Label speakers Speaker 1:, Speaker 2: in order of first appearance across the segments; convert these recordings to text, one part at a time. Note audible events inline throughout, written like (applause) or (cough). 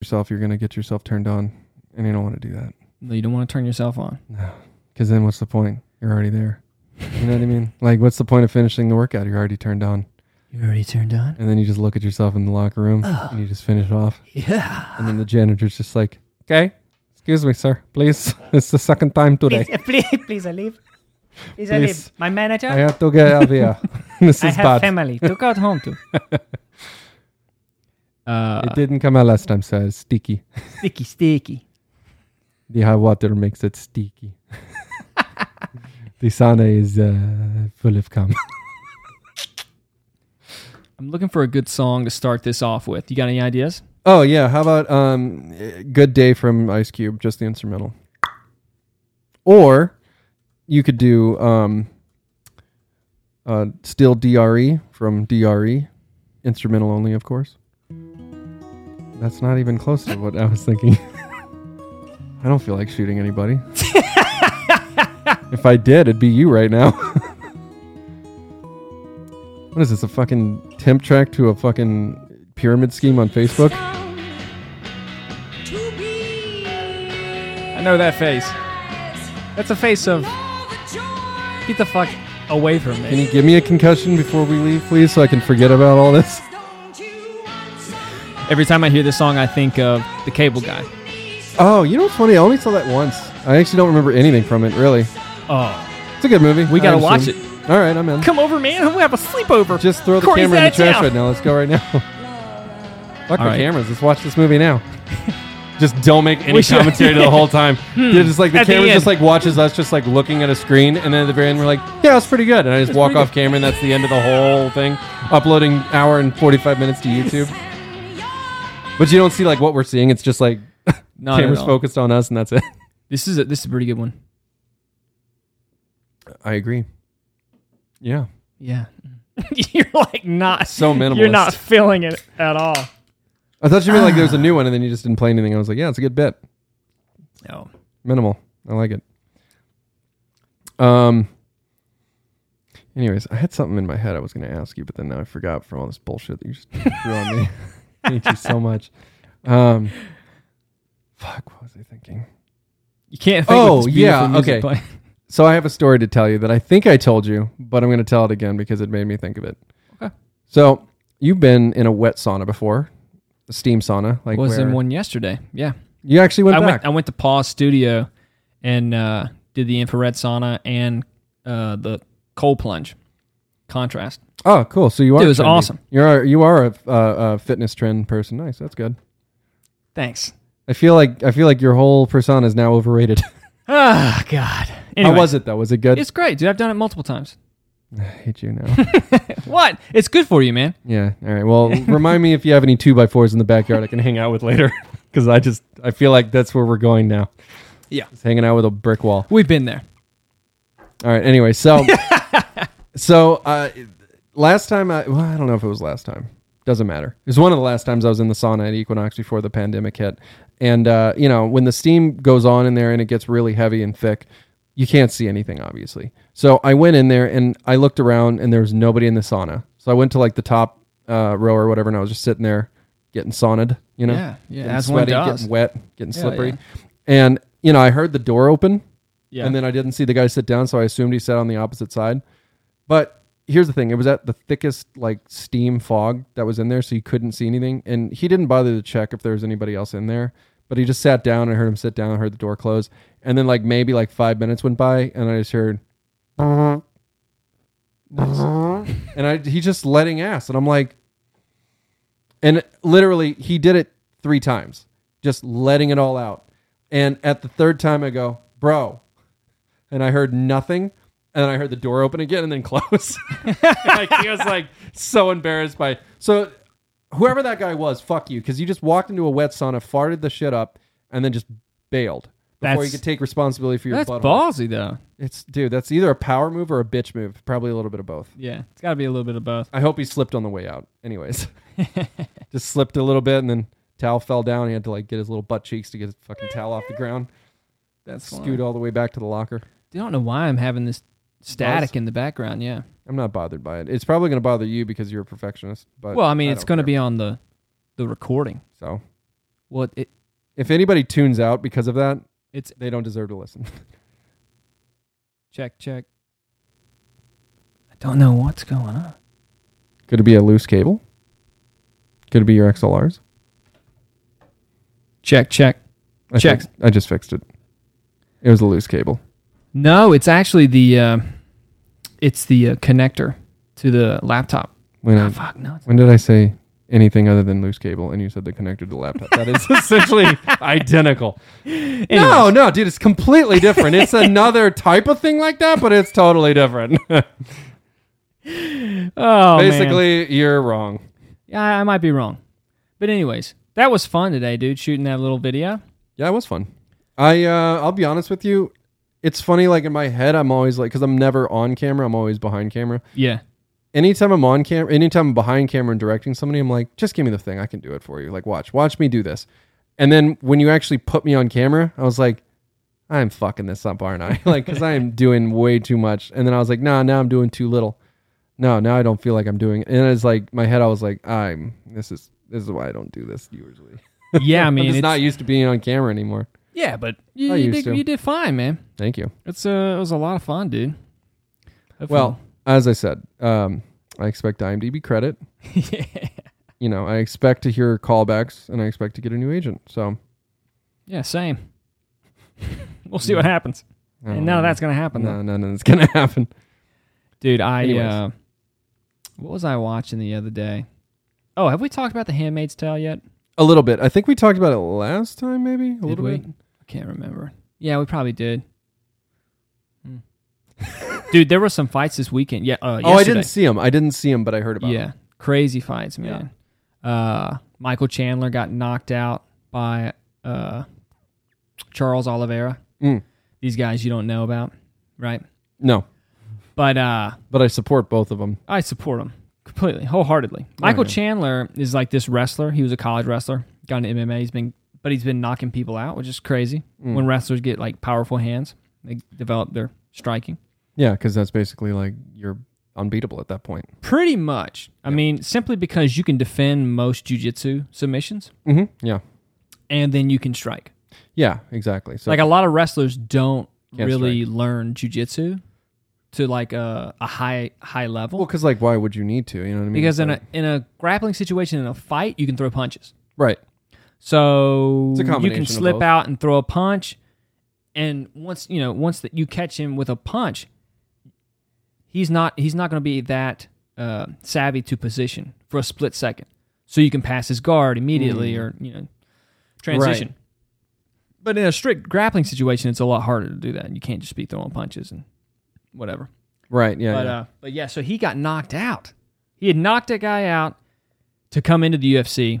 Speaker 1: yourself, you're going to get yourself turned on, and you don't want to do that.
Speaker 2: No, You don't want to turn yourself on.
Speaker 1: No, because then what's the point? You're already there. You know what I
Speaker 2: (laughs)
Speaker 1: mean? Like, what's the point of finishing the workout? You're already turned on,
Speaker 2: You're already turned on.
Speaker 1: and then you just look at yourself in the locker room and you just finish off,
Speaker 2: Yeah.
Speaker 1: and then the janitor's just like, "Okay, excuse me, sir, please. (laughs) It's the second time today.
Speaker 3: Please, please, please, I leave. Please, I
Speaker 1: Please.
Speaker 3: leave. My manager,
Speaker 1: I have to get out of
Speaker 3: (laughs)
Speaker 1: here. (laughs) this
Speaker 3: I
Speaker 1: is
Speaker 3: have
Speaker 1: bad.
Speaker 3: family to go home
Speaker 1: (laughs)
Speaker 3: to.
Speaker 2: Uh,
Speaker 1: It didn't come out last time, so it's sticky.
Speaker 3: Sticky, sticky.
Speaker 1: The hot water makes it
Speaker 3: (laughs)
Speaker 1: sticky. the sauna is uh, full of cum.
Speaker 2: I'm looking for a good song to start this off with. You got any ideas?
Speaker 1: Oh yeah, how about um, "Good Day" from Ice Cube, just the instrumental. Or you could do um, uh, "Still Dre" from Dre, instrumental only, of course. That's not even close to what I was thinking. (laughs) I don't feel like shooting anybody. if I did, it'd be you right now. (laughs) what is this? A fucking temp track to a fucking pyramid scheme on Facebook?
Speaker 2: I know that face. That's a face of get the fuck away from
Speaker 1: Can
Speaker 2: me.
Speaker 1: you give me a concussion before we leave, please, so I can forget about all this?
Speaker 2: Every time I hear this song, I think of the Cable Guy.
Speaker 1: (laughs) Oh, you know what's funny? I only saw that once. I actually don't remember anything from it, really.
Speaker 2: Oh,
Speaker 1: It's a good movie.
Speaker 2: We gotta
Speaker 1: I
Speaker 2: watch
Speaker 1: assume. All right, I'm in.
Speaker 2: come over, man. We will have a
Speaker 1: (laughs)
Speaker 2: sleepover.
Speaker 1: Just throw the
Speaker 2: Corey's
Speaker 1: camera in
Speaker 2: out
Speaker 1: the
Speaker 2: of
Speaker 1: trash
Speaker 2: town.
Speaker 1: right now. Let's go right (laughs) now. Fuck the
Speaker 2: right.
Speaker 1: cameras. Let's watch this movie now. (laughs) just don't make any
Speaker 2: We should-
Speaker 1: commentary the (laughs) whole time. It's Just like Hmm. the
Speaker 2: At the
Speaker 1: camera
Speaker 2: end.
Speaker 1: just like watches us just like looking at a screen, and then at the very end we're like, yeah, it's pretty good, and I just walk
Speaker 2: pretty
Speaker 1: off camera, and that's the end of the whole (laughs) thing. Uploading hour and forty five minutes to YouTube, but you don't see like what we're seeing. It's just like
Speaker 2: Not at
Speaker 1: cameras
Speaker 2: all.
Speaker 1: focused on us, and that's it. (laughs)
Speaker 2: This is a, this is a pretty good one.
Speaker 1: I agree. Yeah,
Speaker 2: Yeah. (laughs)
Speaker 3: You're like not.
Speaker 1: so minimalist.
Speaker 3: You're not feeling it at all.
Speaker 1: I thought you meant like there was a new one, and then you just didn't play anything. I was like, yeah, it's a good bit.
Speaker 2: No.
Speaker 1: minimal. I like it. Um. Anyways, I had something in my head I was going to ask you, but then now I forgot from all this bullshit that you just threw on me. I hate you so much. Um. Fuck. What was I thinking?
Speaker 2: You can't think
Speaker 1: Oh,
Speaker 2: with this beautiful
Speaker 1: yeah,
Speaker 2: music
Speaker 1: okay.
Speaker 2: playing.
Speaker 1: So I have a story to tell you that I think I told you, but I'm going to tell it again because it made me think of it.
Speaker 2: Okay.
Speaker 1: So you've been in a wet sauna before, a steam sauna, like
Speaker 2: (laughs) was in
Speaker 1: where-
Speaker 2: one yesterday. Yeah.
Speaker 1: You actually went
Speaker 2: I
Speaker 1: back.
Speaker 2: went, I went to Paul's studio and uh, did the infrared sauna and uh, the cold plunge contrast.
Speaker 1: Oh, cool. So you are.
Speaker 2: It was
Speaker 1: trendy.
Speaker 2: awesome.
Speaker 1: You are you are a, uh, a fitness trend person. Nice. That's good.
Speaker 2: Thanks.
Speaker 1: I feel like I feel like your whole persona is now overrated. (laughs)
Speaker 2: Oh, God. Anyway,
Speaker 1: How was it though? Was it good?
Speaker 2: It's great, dude. I've done it multiple times.
Speaker 1: I hate you now. (laughs)
Speaker 2: What? It's good for you, man.
Speaker 1: yeah. All right.
Speaker 2: (laughs)
Speaker 1: Well, remind me if you have any two by fours in the backyard I can hang out with later, (laughs) because I just I feel like that's where we're going now.
Speaker 2: Yeah.
Speaker 1: Just hanging out with a brick wall.
Speaker 2: We've been there.
Speaker 1: All right. Anyway,
Speaker 2: (laughs)
Speaker 1: so so uh, last time I well, I don't know if it was last time. Doesn't matter. It was one of the last times I was in the sauna at Equinox before the pandemic hit. And uh, you know, when the steam goes on in there and it gets really heavy and thick, you can't see anything obviously. So I went in there and I looked around and there was nobody in the sauna. So I went to like the top uh, row or whatever, and I was just sitting there getting sauned. You know,
Speaker 2: Yeah, yeah,
Speaker 1: getting
Speaker 2: as one does.
Speaker 1: getting wet, getting
Speaker 2: Yeah,
Speaker 1: slippery.
Speaker 2: yeah.
Speaker 1: And you know, I heard the door open.
Speaker 2: Yeah.
Speaker 1: And then I didn't see the guy sit down, so I assumed he sat on the opposite side. But here's the thing: it was at the thickest like steam fog that was in there, so you couldn't see anything. And he didn't bother to check if there was anybody else in there. But he just sat down. I heard him sit down. I heard the door close, and then like maybe like five minutes went by, and I just heard, (laughs) and I he just letting ass, and I'm like, and literally he did it three times, just letting it all out. And at the third time, I go, bro, and I heard nothing. And I heard the door open again and then (laughs) close. like, he was like so embarrassed by so whoever that guy was, fuck you, because you just walked into a wet sauna, farted the shit up, and then just bailed before
Speaker 2: That's-
Speaker 1: you could take responsibility for your
Speaker 2: That's
Speaker 1: butthole.
Speaker 2: ballsy, though.
Speaker 1: It's dude, that's either a power move or a bitch move, probably a little bit of both.
Speaker 2: Yeah. It's got to be a little bit of both.
Speaker 1: I hope he slipped on the way out.
Speaker 2: (laughs)
Speaker 1: Anyways, just slipped a little bit and then towel fell down. He had to like get his little butt cheeks to get his fucking towel off the ground,
Speaker 2: That's
Speaker 1: scoot all the way back to the locker.
Speaker 2: I don't know why I'm having this static in the background. Yeah.
Speaker 1: I'm not bothered by it. It's probably going to bother you because you're a perfectionist. But
Speaker 2: Well, I mean,
Speaker 1: I
Speaker 2: it's
Speaker 1: don't
Speaker 2: going to
Speaker 1: care.
Speaker 2: be on the the recording.
Speaker 1: so.
Speaker 2: Well, it,
Speaker 1: If anybody tunes out because of that,
Speaker 2: it's
Speaker 1: they don't deserve to listen. (laughs)
Speaker 2: check check. I don't know what's going on.
Speaker 1: Could it be a loose cable? Could it be your XLRs?
Speaker 2: Check check.
Speaker 1: I
Speaker 2: Check.
Speaker 1: fixed- I just fixed it. It was a loose cable.
Speaker 2: No, it's actually the uh, it's the uh, connector to the laptop.
Speaker 1: When,
Speaker 2: Oh,
Speaker 1: I,
Speaker 2: fuck no. it's-
Speaker 1: when did I say anything other than loose cable? And you said the connector to the laptop. That
Speaker 2: (laughs)
Speaker 1: is (laughs) essentially identical. No,
Speaker 2: Anyways.
Speaker 1: no, dude, it's completely different. It's another type of thing like that, but it's totally different.
Speaker 2: Oh, man.
Speaker 1: Basically, you're wrong.
Speaker 2: yeah, I I might be wrong, but anyways, that was fun today, dude. Shooting that little video.
Speaker 1: Yeah, it was fun. I uh, I'll be honest with you. It's funny, like in my head, I'm always like, because I'm never on camera, I'm always behind camera.
Speaker 2: Yeah,
Speaker 1: Anytime I'm on camera, anytime I'm behind camera and directing somebody, I'm like, just give me the thing, I can do it for you. Like, watch, watch me do this. And then when you actually put me on camera, I was like, I'm fucking this up, aren't I? (laughs) like, because I am doing way too much. And then I was like, nah, now I'm doing too little. No, now I don't feel like I'm doing. And it's like my head, I was like, I'm. This is this is why I don't do this usually.
Speaker 2: (laughs) yeah. I
Speaker 1: I'm
Speaker 2: mean,
Speaker 1: just
Speaker 2: it's
Speaker 1: not used to being on camera anymore.
Speaker 2: yeah, but you,
Speaker 1: I
Speaker 2: you
Speaker 1: used
Speaker 2: did
Speaker 1: to.
Speaker 2: you did fine, man.
Speaker 1: Thank you.
Speaker 2: It's uh, it was a lot of fun, dude. Hopefully-
Speaker 1: Well,
Speaker 2: (laughs)
Speaker 1: as I said, um, I expect IMDb credit. You know, I expect to hear callbacks, and I expect to get a new agent. So,
Speaker 2: yeah, same. we'll see
Speaker 1: Mm.
Speaker 2: what happens.
Speaker 1: I don't
Speaker 2: And none
Speaker 1: know.
Speaker 2: of that's gonna happen, though.
Speaker 1: Oh, no, no, no, it's gonna (laughs) happen.
Speaker 2: dude. I
Speaker 1: Anyways.
Speaker 2: uh, what was I watching the other day? Oh, have we talked about The Handmaid's Tale yet?
Speaker 1: A little bit. I think we talked about it last time, maybe a
Speaker 2: Did
Speaker 1: little
Speaker 2: we?
Speaker 1: bit.
Speaker 2: I can't remember. Yeah, we probably did. Hmm. (laughs) Dude, there were some fights this weekend. Yeah. Uh,
Speaker 1: Oh, I
Speaker 2: yesterday.
Speaker 1: didn't see him. I didn't see him, but I heard about.
Speaker 2: Yeah,
Speaker 1: him.
Speaker 2: crazy fights, man. Uh, Michael Chandler got knocked out by uh, Charles Oliveira.
Speaker 1: Mm.
Speaker 2: These guys you don't know about, right?
Speaker 1: No,
Speaker 2: But uh,
Speaker 1: but I support both of them.
Speaker 2: I support him completely, wholeheartedly. Michael
Speaker 1: yeah.
Speaker 2: Chandler is like this wrestler. He was a college wrestler, got into MMA. He's been, but he's been knocking people out, which is crazy.
Speaker 1: Mm.
Speaker 2: When wrestlers get like powerful hands, they develop their striking.
Speaker 1: Yeah, because that's basically like you're unbeatable at that point.
Speaker 2: Pretty much. I mean, simply because you can defend most jujitsu submissions,
Speaker 1: Mm-hmm. Yeah,
Speaker 2: and then you can strike.
Speaker 1: yeah, exactly. So,
Speaker 2: Like a lot of wrestlers don't
Speaker 1: Can't
Speaker 2: really learn jujitsu to like a, a high high level
Speaker 1: well, because like, why would you need to? You know what I mean?
Speaker 2: because in
Speaker 1: So-
Speaker 2: a in a grappling situation in a fight you can throw punches.
Speaker 1: right,
Speaker 2: So
Speaker 1: It's a
Speaker 2: you
Speaker 1: combination
Speaker 2: can
Speaker 1: of
Speaker 2: slip
Speaker 1: both.
Speaker 2: out and throw a punch, and once you know once that you catch him with a punch, he's not he's not going to be that uh, savvy to position for a split second. So you can pass his guard immediately,
Speaker 1: Hmm.
Speaker 2: or you know transition. But in a strict grappling situation, it's a lot harder to do that. You can't just be throwing punches and whatever.
Speaker 1: right, yeah,
Speaker 2: But
Speaker 1: yeah.
Speaker 2: uh, but yeah, so he got knocked out. He had knocked a guy out to come into the UFC,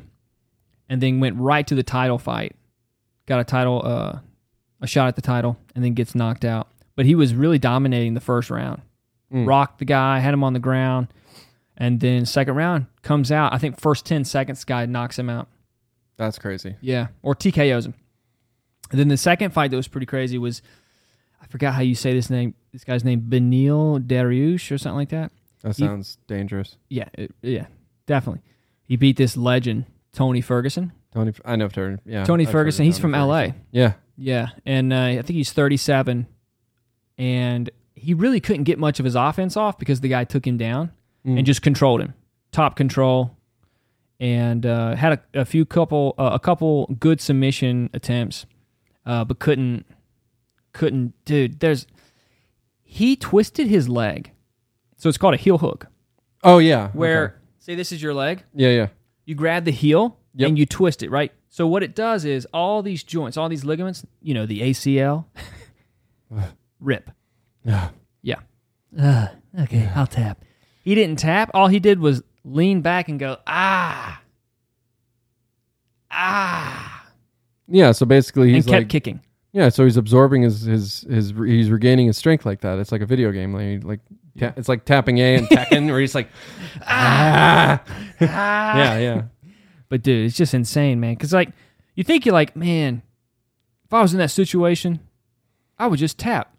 Speaker 2: and then went right to the title fight. Got a title, uh, a shot at the title, and then gets knocked out. But he was really dominating the first round.
Speaker 1: Mm.
Speaker 2: Rocked the guy, had him on the ground, and then second round comes out. I think first ten seconds, guy knocks him out.
Speaker 1: that's crazy.
Speaker 2: Yeah, or TKOs him. And then the second fight that was pretty crazy was, I forgot how you say this name. This guy's name Benil Dariush or something like that.
Speaker 1: That
Speaker 2: You-
Speaker 1: sounds dangerous.
Speaker 2: Yeah, it, yeah, definitely. He beat this legend, Tony Ferguson.
Speaker 1: Tony, I know Tony. Yeah,
Speaker 2: Tony
Speaker 1: I've heard
Speaker 2: Ferguson.
Speaker 1: of
Speaker 2: He's
Speaker 1: Tony
Speaker 2: from
Speaker 1: Ferguson.
Speaker 2: L.A.
Speaker 1: Yeah,
Speaker 2: Yeah, and uh, I think he's 37, and he really couldn't get much of his offense off because the guy took him down
Speaker 1: Mm.
Speaker 2: and just controlled him, top control, and uh, had a, a few couple uh, a couple good submission attempts, uh, but couldn't couldn't dude. There's he twisted his leg, so it's called a heel hook.
Speaker 1: Oh yeah,
Speaker 2: Where
Speaker 1: Okay.
Speaker 2: say this is your leg,
Speaker 1: Yeah, yeah.
Speaker 2: you grab the heel
Speaker 1: Yep.
Speaker 2: and you twist it, right? So what it does is all these joints, all these ligaments, you know,
Speaker 1: (sighs)
Speaker 2: the ACL rip.
Speaker 1: Yeah.
Speaker 2: Yeah. Uh, okay, I'll tap. He didn't tap. All he did was lean back and go, ah. Ah.
Speaker 1: Yeah, so basically he's
Speaker 2: and kept
Speaker 1: like
Speaker 2: kicking.
Speaker 1: yeah, so he's absorbing his his his he's regaining his strength like that. It's like a video game. Like like ta- it's like tapping A
Speaker 2: (laughs)
Speaker 1: and Tekken where he's like ah. (laughs) yeah, yeah.
Speaker 2: But dude, it's just insane, man. Cause like you think you're like, man, if I was in that situation, I would just tap.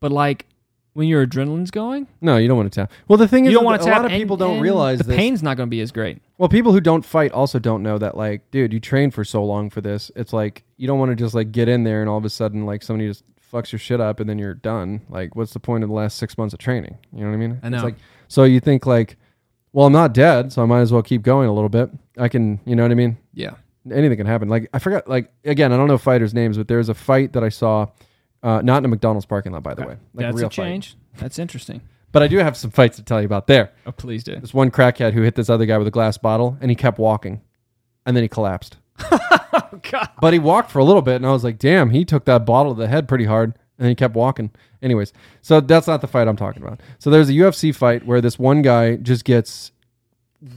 Speaker 2: But like when your adrenaline's going,
Speaker 1: No, you don't want to tap. Well, the thing
Speaker 2: you
Speaker 1: is,
Speaker 2: don't
Speaker 1: that
Speaker 2: want
Speaker 1: a
Speaker 2: to tap.
Speaker 1: lot of
Speaker 2: and-
Speaker 1: people don't
Speaker 2: and
Speaker 1: realize
Speaker 2: the
Speaker 1: this.
Speaker 2: pain's not going to be as great.
Speaker 1: Well, people who don't fight also don't know that, like, dude, you train for so long for this. It's like you don't want to just like get in there and all of a sudden like somebody just fucks your shit up and then you're done. Like, what's the point of the last six months of training? You know what I mean?
Speaker 2: I know.
Speaker 1: It's like so you think like, well, I'm not dead, so I might as well keep going a little bit. I can, you know what I mean?
Speaker 2: Yeah,
Speaker 1: anything can happen. Like I forgot, like again, I don't know fighters' names, but there's a fight that I saw, uh, not in a McDonald's parking lot, by the way. Like
Speaker 2: that's
Speaker 1: real
Speaker 2: a change. That's interesting.
Speaker 1: Fight. But I do have some fights to tell you about there.
Speaker 2: Oh, please do.
Speaker 1: This one crackhead who hit this other guy with a glass bottle, and he kept walking, and then he collapsed.
Speaker 2: God.
Speaker 1: But he walked for a little bit, and I was like, damn, he took that bottle to the head pretty hard, and he kept walking. Anyways, so that's not the fight I'm talking about. So there's a UFC fight where this one guy just gets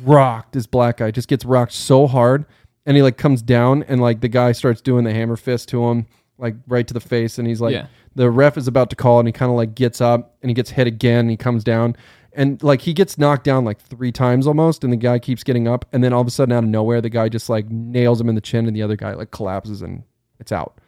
Speaker 1: rocked, this black guy just gets rocked so hard, and he like comes down, and like the guy starts doing the hammer fist to him, like right to the face, and he's like,
Speaker 2: Yeah.
Speaker 1: the ref is about to call, and he kind of like gets up, and he gets hit again, and he comes down. And like he gets knocked down like three times almost, and the guy keeps getting up, and then all of a sudden out of nowhere, the guy just like nails him in the chin, and the other guy like collapses and it's out.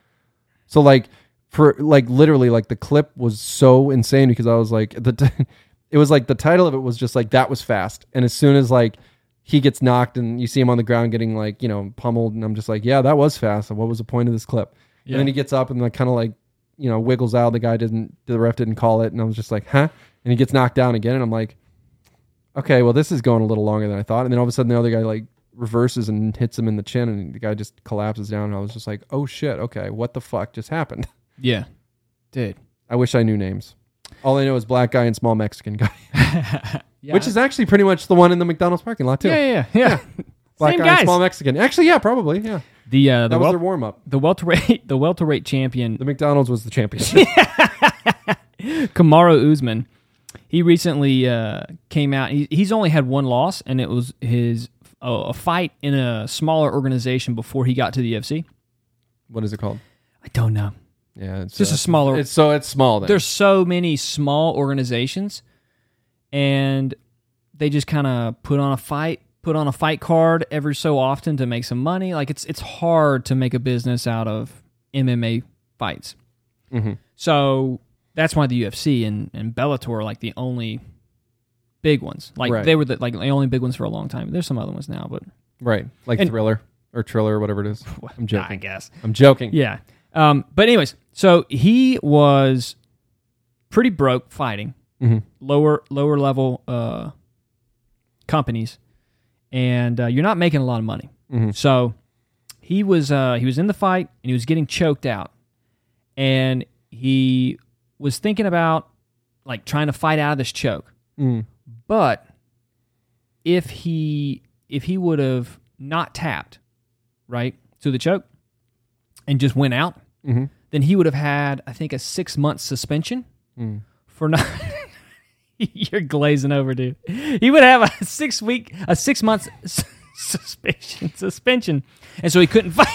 Speaker 1: So like for like literally like the clip was so insane because I was like the t- (laughs) it was like the title of it was just like that was fast and as soon as like he gets knocked and you see him on the ground getting like you know pummeled and I'm just like yeah that was fast what was the point of this clip
Speaker 2: Yeah.
Speaker 1: and then he gets up and like kind of like you know wiggles out the guy didn't the ref didn't call it and I was just like huh and he gets knocked down again and I'm like okay well this is going a little longer than I thought and then all of a sudden the other guy like reverses and hits him in the chin and the guy just collapses down and I was just like oh shit okay what the fuck just happened (laughs)
Speaker 2: Yeah, dude.
Speaker 1: I wish I knew names. All I know is black guy and small Mexican
Speaker 2: (laughs)
Speaker 1: guy,
Speaker 2: yeah,
Speaker 1: which is actually pretty much the one in the McDonald's parking lot too.
Speaker 2: yeah, yeah, yeah.
Speaker 1: black
Speaker 2: Same
Speaker 1: guy
Speaker 2: guys.
Speaker 1: and small Mexican. Actually, yeah, probably. Yeah,
Speaker 2: The uh, the,
Speaker 1: that was
Speaker 2: wel-
Speaker 1: their warm up.
Speaker 2: the welterweight (laughs) the welterweight champion
Speaker 1: The McDonald's was the
Speaker 2: (laughs)
Speaker 1: championship.
Speaker 2: Kamaru Usman. He recently uh, came out. He, he's only had one loss, and it was his uh, a fight in a smaller organization before he got to the UFC.
Speaker 1: what is it called?
Speaker 2: I don't know.
Speaker 1: Yeah, it's uh,
Speaker 2: Just a smaller.
Speaker 1: It's so it's small. Then.
Speaker 2: there's so many small organizations, and they just kind of put on a fight, put on a fight card every so often to make some money. Like it's it's hard to make a business out of MMA fights.
Speaker 1: Mhm.
Speaker 2: So that's why the UFC and, and Bellator are like the only big ones. Like
Speaker 1: Right.
Speaker 2: they were the like the only big ones for a long time. There's some other ones now, but
Speaker 1: right, like
Speaker 2: and-
Speaker 1: thriller or triller or whatever it is. I'm joking.
Speaker 2: I guess.
Speaker 1: I'm joking.
Speaker 2: Yeah. Um, but anyways, so he was pretty broke fighting
Speaker 1: Mhm.
Speaker 2: lower lower level uh, companies, and uh, you're not making a lot of money.
Speaker 1: Mhm.
Speaker 2: So he was uh, he was in the fight and he was getting choked out, and he was thinking about like trying to fight out of this choke.
Speaker 1: Mm.
Speaker 2: But if he if he would have not tapped, right, to the choke and just went out,
Speaker 1: Mhm.
Speaker 2: then he would have had, I think, a six month suspension
Speaker 1: Mm.
Speaker 2: for not (laughs) You're glazing over, dude. He would have a six week a six month s- (laughs) suspension suspension. And (laughs) so he couldn't fight.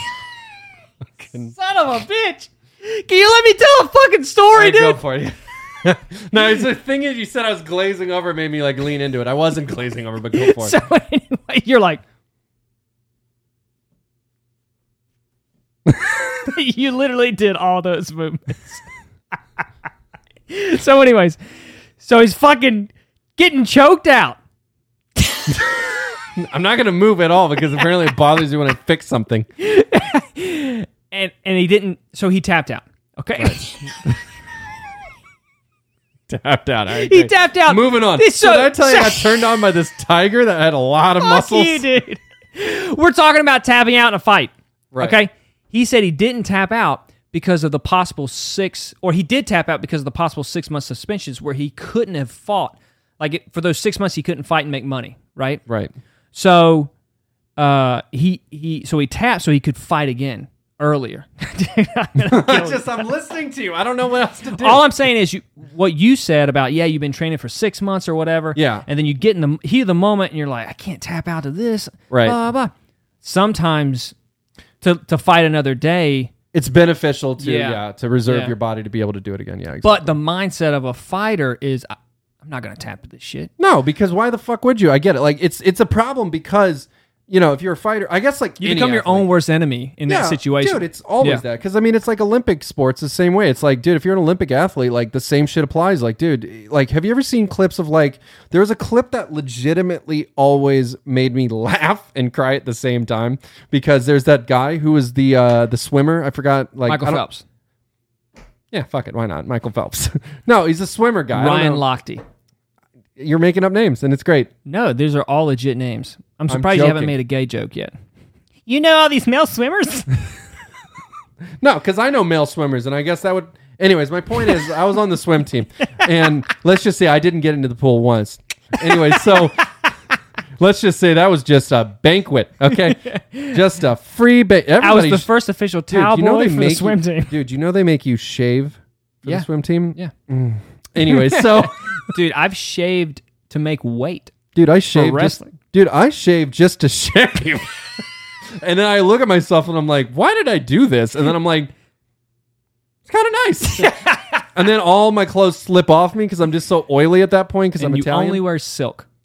Speaker 2: Son of a bitch. Can you let me tell a fucking story,
Speaker 1: I'd go
Speaker 2: dude?
Speaker 1: for you. (laughs) no, it's the thing is, you said I was glazing over, made me like lean into it. I wasn't glazing over, but
Speaker 2: (laughs)
Speaker 1: go for
Speaker 3: (laughs)
Speaker 1: it.
Speaker 2: So anyway, you're like,
Speaker 3: you literally did all those movements. (laughs)
Speaker 2: so anyways, so he's fucking getting choked out.
Speaker 1: I'm not gonna move at all because apparently it bothers you when I fix something. (laughs)
Speaker 2: And and he didn't so he tapped out. Okay.
Speaker 1: Tapped out. All right,
Speaker 2: (laughs) he
Speaker 1: great.
Speaker 2: tapped
Speaker 1: (laughs)
Speaker 2: out.
Speaker 1: Moving on.
Speaker 2: This-
Speaker 1: So,
Speaker 2: so-
Speaker 1: Did I tell you I
Speaker 2: so- (laughs)
Speaker 1: got turned on by this tiger that had a lot of
Speaker 2: Fuck
Speaker 1: muscles?
Speaker 2: you, dude. We're talking about tapping out in a fight.
Speaker 1: Right.
Speaker 2: Okay. He said he didn't tap out because of the possible six, or he did tap out because of the possible six month suspensions where he couldn't have fought. Like it, for those six months, he couldn't fight and make money, right?
Speaker 1: Right.
Speaker 2: So uh, he he so he tapped so he could fight again
Speaker 1: (laughs)
Speaker 2: earlier. (laughs) Dude, I'm gonna kill you.
Speaker 1: just I'm listening to you. I don't know what else to do.
Speaker 2: All I'm saying is you what you said about yeah you've been training for six months or whatever
Speaker 1: Yeah.
Speaker 2: and then you get in the heat of the moment and you're like I can't tap out to this
Speaker 1: Right.
Speaker 2: blah, blah. sometimes to to fight another day
Speaker 1: it's beneficial to yeah,
Speaker 2: Yeah.
Speaker 1: to reserve
Speaker 2: Yeah.
Speaker 1: your body to be able to do it again. Yeah. Exactly.
Speaker 2: but the mindset of a fighter is I, I'm not gonna tap to this shit
Speaker 1: no, because why the fuck would you? I get it. Like it's it's a problem because you know, if you're a fighter, I guess like
Speaker 2: You
Speaker 1: any
Speaker 2: become your
Speaker 1: athlete.
Speaker 2: own worst enemy in that situation.
Speaker 1: Dude, it's always
Speaker 2: Yeah.
Speaker 1: that. Because, I mean, it's like Olympic sports the same way. It's like, dude, if you're an Olympic athlete, like the same shit applies. Like, dude, like, have you ever seen clips of like, there was a clip that legitimately always made me (laughs) laugh and cry at the same time because there's that guy who was the uh, the swimmer. I forgot. Like,
Speaker 2: Michael
Speaker 1: I don't-
Speaker 2: Phelps,
Speaker 1: Yeah, fuck it. Why not? Michael Phelps. (laughs) no, he's a swimmer guy. I don't
Speaker 2: Ryan
Speaker 1: know.
Speaker 2: Lochte.
Speaker 1: You're making up names and it's great.
Speaker 2: No, these are all legit names. I'm surprised you haven't
Speaker 1: joking.
Speaker 2: made a gay joke yet.
Speaker 3: You know all these male swimmers?
Speaker 1: No, because I know male swimmers, and I guess that would. Anyways, my point is, I was on the swim
Speaker 3: (laughs)
Speaker 1: team, and let's just say I didn't get into the pool once. Anyway,
Speaker 3: (laughs)
Speaker 1: so let's just say that was just a banquet,
Speaker 3: (laughs)
Speaker 1: okay? Just a free banquet.
Speaker 3: I was the first official towel boy for the swim team.
Speaker 1: Dude, you know they make you shave for
Speaker 2: Yeah.
Speaker 1: the swim team.
Speaker 2: Yeah.
Speaker 1: Mm. Anyway,
Speaker 3: (laughs)
Speaker 1: so
Speaker 2: Dude, I've shaved to make
Speaker 1: (coughs)
Speaker 2: weight.
Speaker 1: dude, I shaved. Just,
Speaker 2: wrestling.
Speaker 1: dude, I shaved just to (laughs) shave. and then I look at myself and I'm like, why did I do this? And then I'm like, it's kind of nice.
Speaker 2: (laughs)
Speaker 1: and then all my clothes slip off me because I'm just so oily at that point because
Speaker 2: And
Speaker 1: I'm
Speaker 2: you
Speaker 1: Italian.
Speaker 2: only wear silk. (laughs)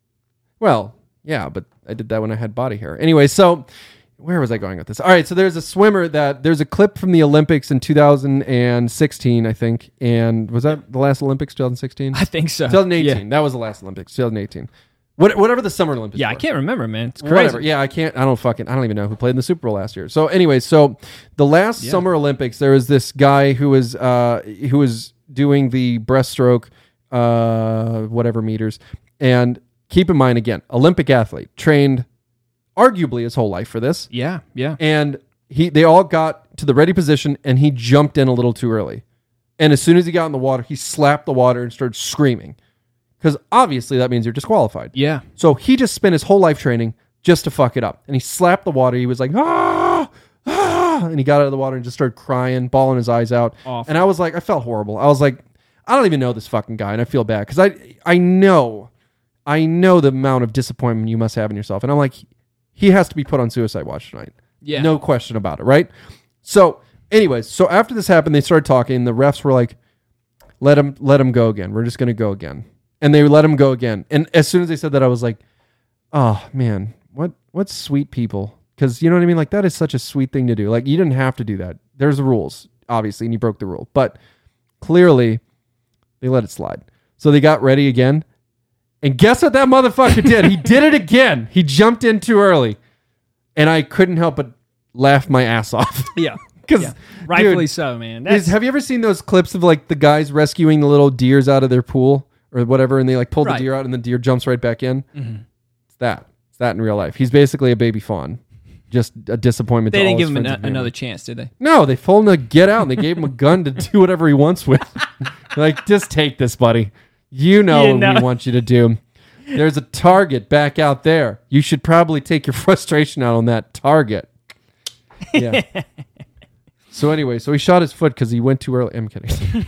Speaker 1: Well, yeah, but I did that when I had body hair. Anyway, so where was I going with this? All right, so there's a swimmer that there's a clip from the Olympics in 2016, I think. And was that the last Olympics, 2016?
Speaker 2: I think so.
Speaker 1: 2018.
Speaker 2: Yeah,
Speaker 1: That was the last Olympics, 2018. What, whatever the Summer Olympics.
Speaker 2: Yeah, I
Speaker 1: were.
Speaker 2: can't remember, man. It's crazy.
Speaker 1: Whatever. Yeah, I can't. I don't fucking. I don't even know who played in the Super Bowl last year. So anyway, so the last Summer Olympics, there was this guy who was uh, who was doing the breaststroke, uh, whatever meters. And keep in mind, again, Olympic athlete, trained arguably his whole life for this,
Speaker 2: Yeah, yeah.
Speaker 1: and he they all got to the ready position, and he jumped in a little too early. And as soon as he got in the water, he slapped the water and started screaming, because obviously that means you're disqualified.
Speaker 2: Yeah.
Speaker 1: So he just spent his whole life training just to fuck it up. And he slapped the water. He was like, ah, ah, and he got out of the water and just started crying, bawling his eyes out.
Speaker 2: Awful.
Speaker 1: And I was like, I felt horrible. I was like, I don't even know this fucking guy, and I feel bad because I, I know, I know the amount of disappointment you must have in yourself. And I'm like, he has to be put on suicide watch tonight.
Speaker 2: Yeah.
Speaker 1: No question about it, right? So, anyways, so after this happened, they started talking. The refs were like, "Let him, let him go again. We're just gonna go again." And they let him go again. And as soon as they said that, I was like, "Oh man, what what sweet people?" Because you know what I mean. Like that is such a sweet thing to do. Like you didn't have to do that. There's rules, obviously, and you broke the rule. But clearly, they let it slide. So they got ready again. And guess what that motherfucker did? He did it again. He jumped in too early. And I couldn't help but laugh my ass off. (laughs)
Speaker 2: Yeah.
Speaker 1: Because
Speaker 2: Yeah. Rightfully so, man. That's,
Speaker 1: have you ever seen those clips of like the guys rescuing the little deers out of their pool or whatever and they like pull
Speaker 2: Right.
Speaker 1: the
Speaker 2: Mm-hmm.
Speaker 1: deer out and the deer jumps right back in? It's that. It's that in real life. He's basically a baby fawn. Just a disappointment
Speaker 2: they
Speaker 1: to
Speaker 2: didn't
Speaker 1: all
Speaker 2: give
Speaker 1: his
Speaker 2: him an,
Speaker 1: friends and family.
Speaker 2: another chance,
Speaker 1: (laughs)
Speaker 2: did they?
Speaker 1: No, they told him to get out and they gave him a gun to do whatever he wants
Speaker 3: (laughs)
Speaker 1: with. like, just take this, buddy. You know
Speaker 3: You
Speaker 1: what
Speaker 3: know.
Speaker 1: we want you to do. There's a target back out there. You should probably take your (laughs) frustration out on that target.
Speaker 3: (laughs)
Speaker 1: Yeah. so anyway, so he shot his foot because he went too early. I'm
Speaker 3: (laughs)
Speaker 1: kidding.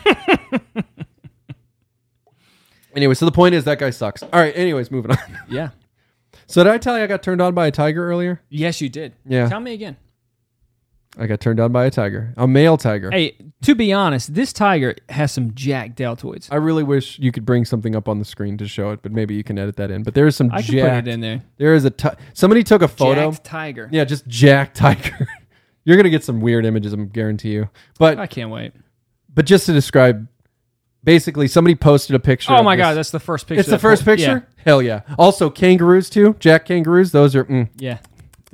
Speaker 1: anyway, so the point is that guy sucks. All right. Anyways, moving on. (laughs)
Speaker 2: Yeah.
Speaker 1: So did I tell you I got turned on by a tiger earlier?
Speaker 2: Yes, you did.
Speaker 1: Yeah.
Speaker 2: Tell me again.
Speaker 1: I got turned on by a tiger, a male tiger.
Speaker 2: Hey, to be honest, this tiger has some jack deltoids.
Speaker 1: I really wish you could bring something up on the screen to show it, but maybe you can edit that in. But there is some
Speaker 2: I can
Speaker 1: jacked.
Speaker 2: put it in there.
Speaker 1: There is a ti- somebody took a photo.
Speaker 2: Jacked tiger.
Speaker 1: Yeah, just Jack Tiger. (laughs) You're gonna get some weird images, I guarantee you. But
Speaker 2: I can't wait.
Speaker 1: but just to describe, basically somebody posted a picture.
Speaker 2: Oh
Speaker 1: of
Speaker 2: my
Speaker 1: this-
Speaker 2: god, that's the first picture.
Speaker 1: it's the
Speaker 2: that
Speaker 1: first
Speaker 2: pulled-
Speaker 1: picture. Hell yeah! Also kangaroos too. Jack kangaroos. Those are mm,
Speaker 2: Yeah. yeah.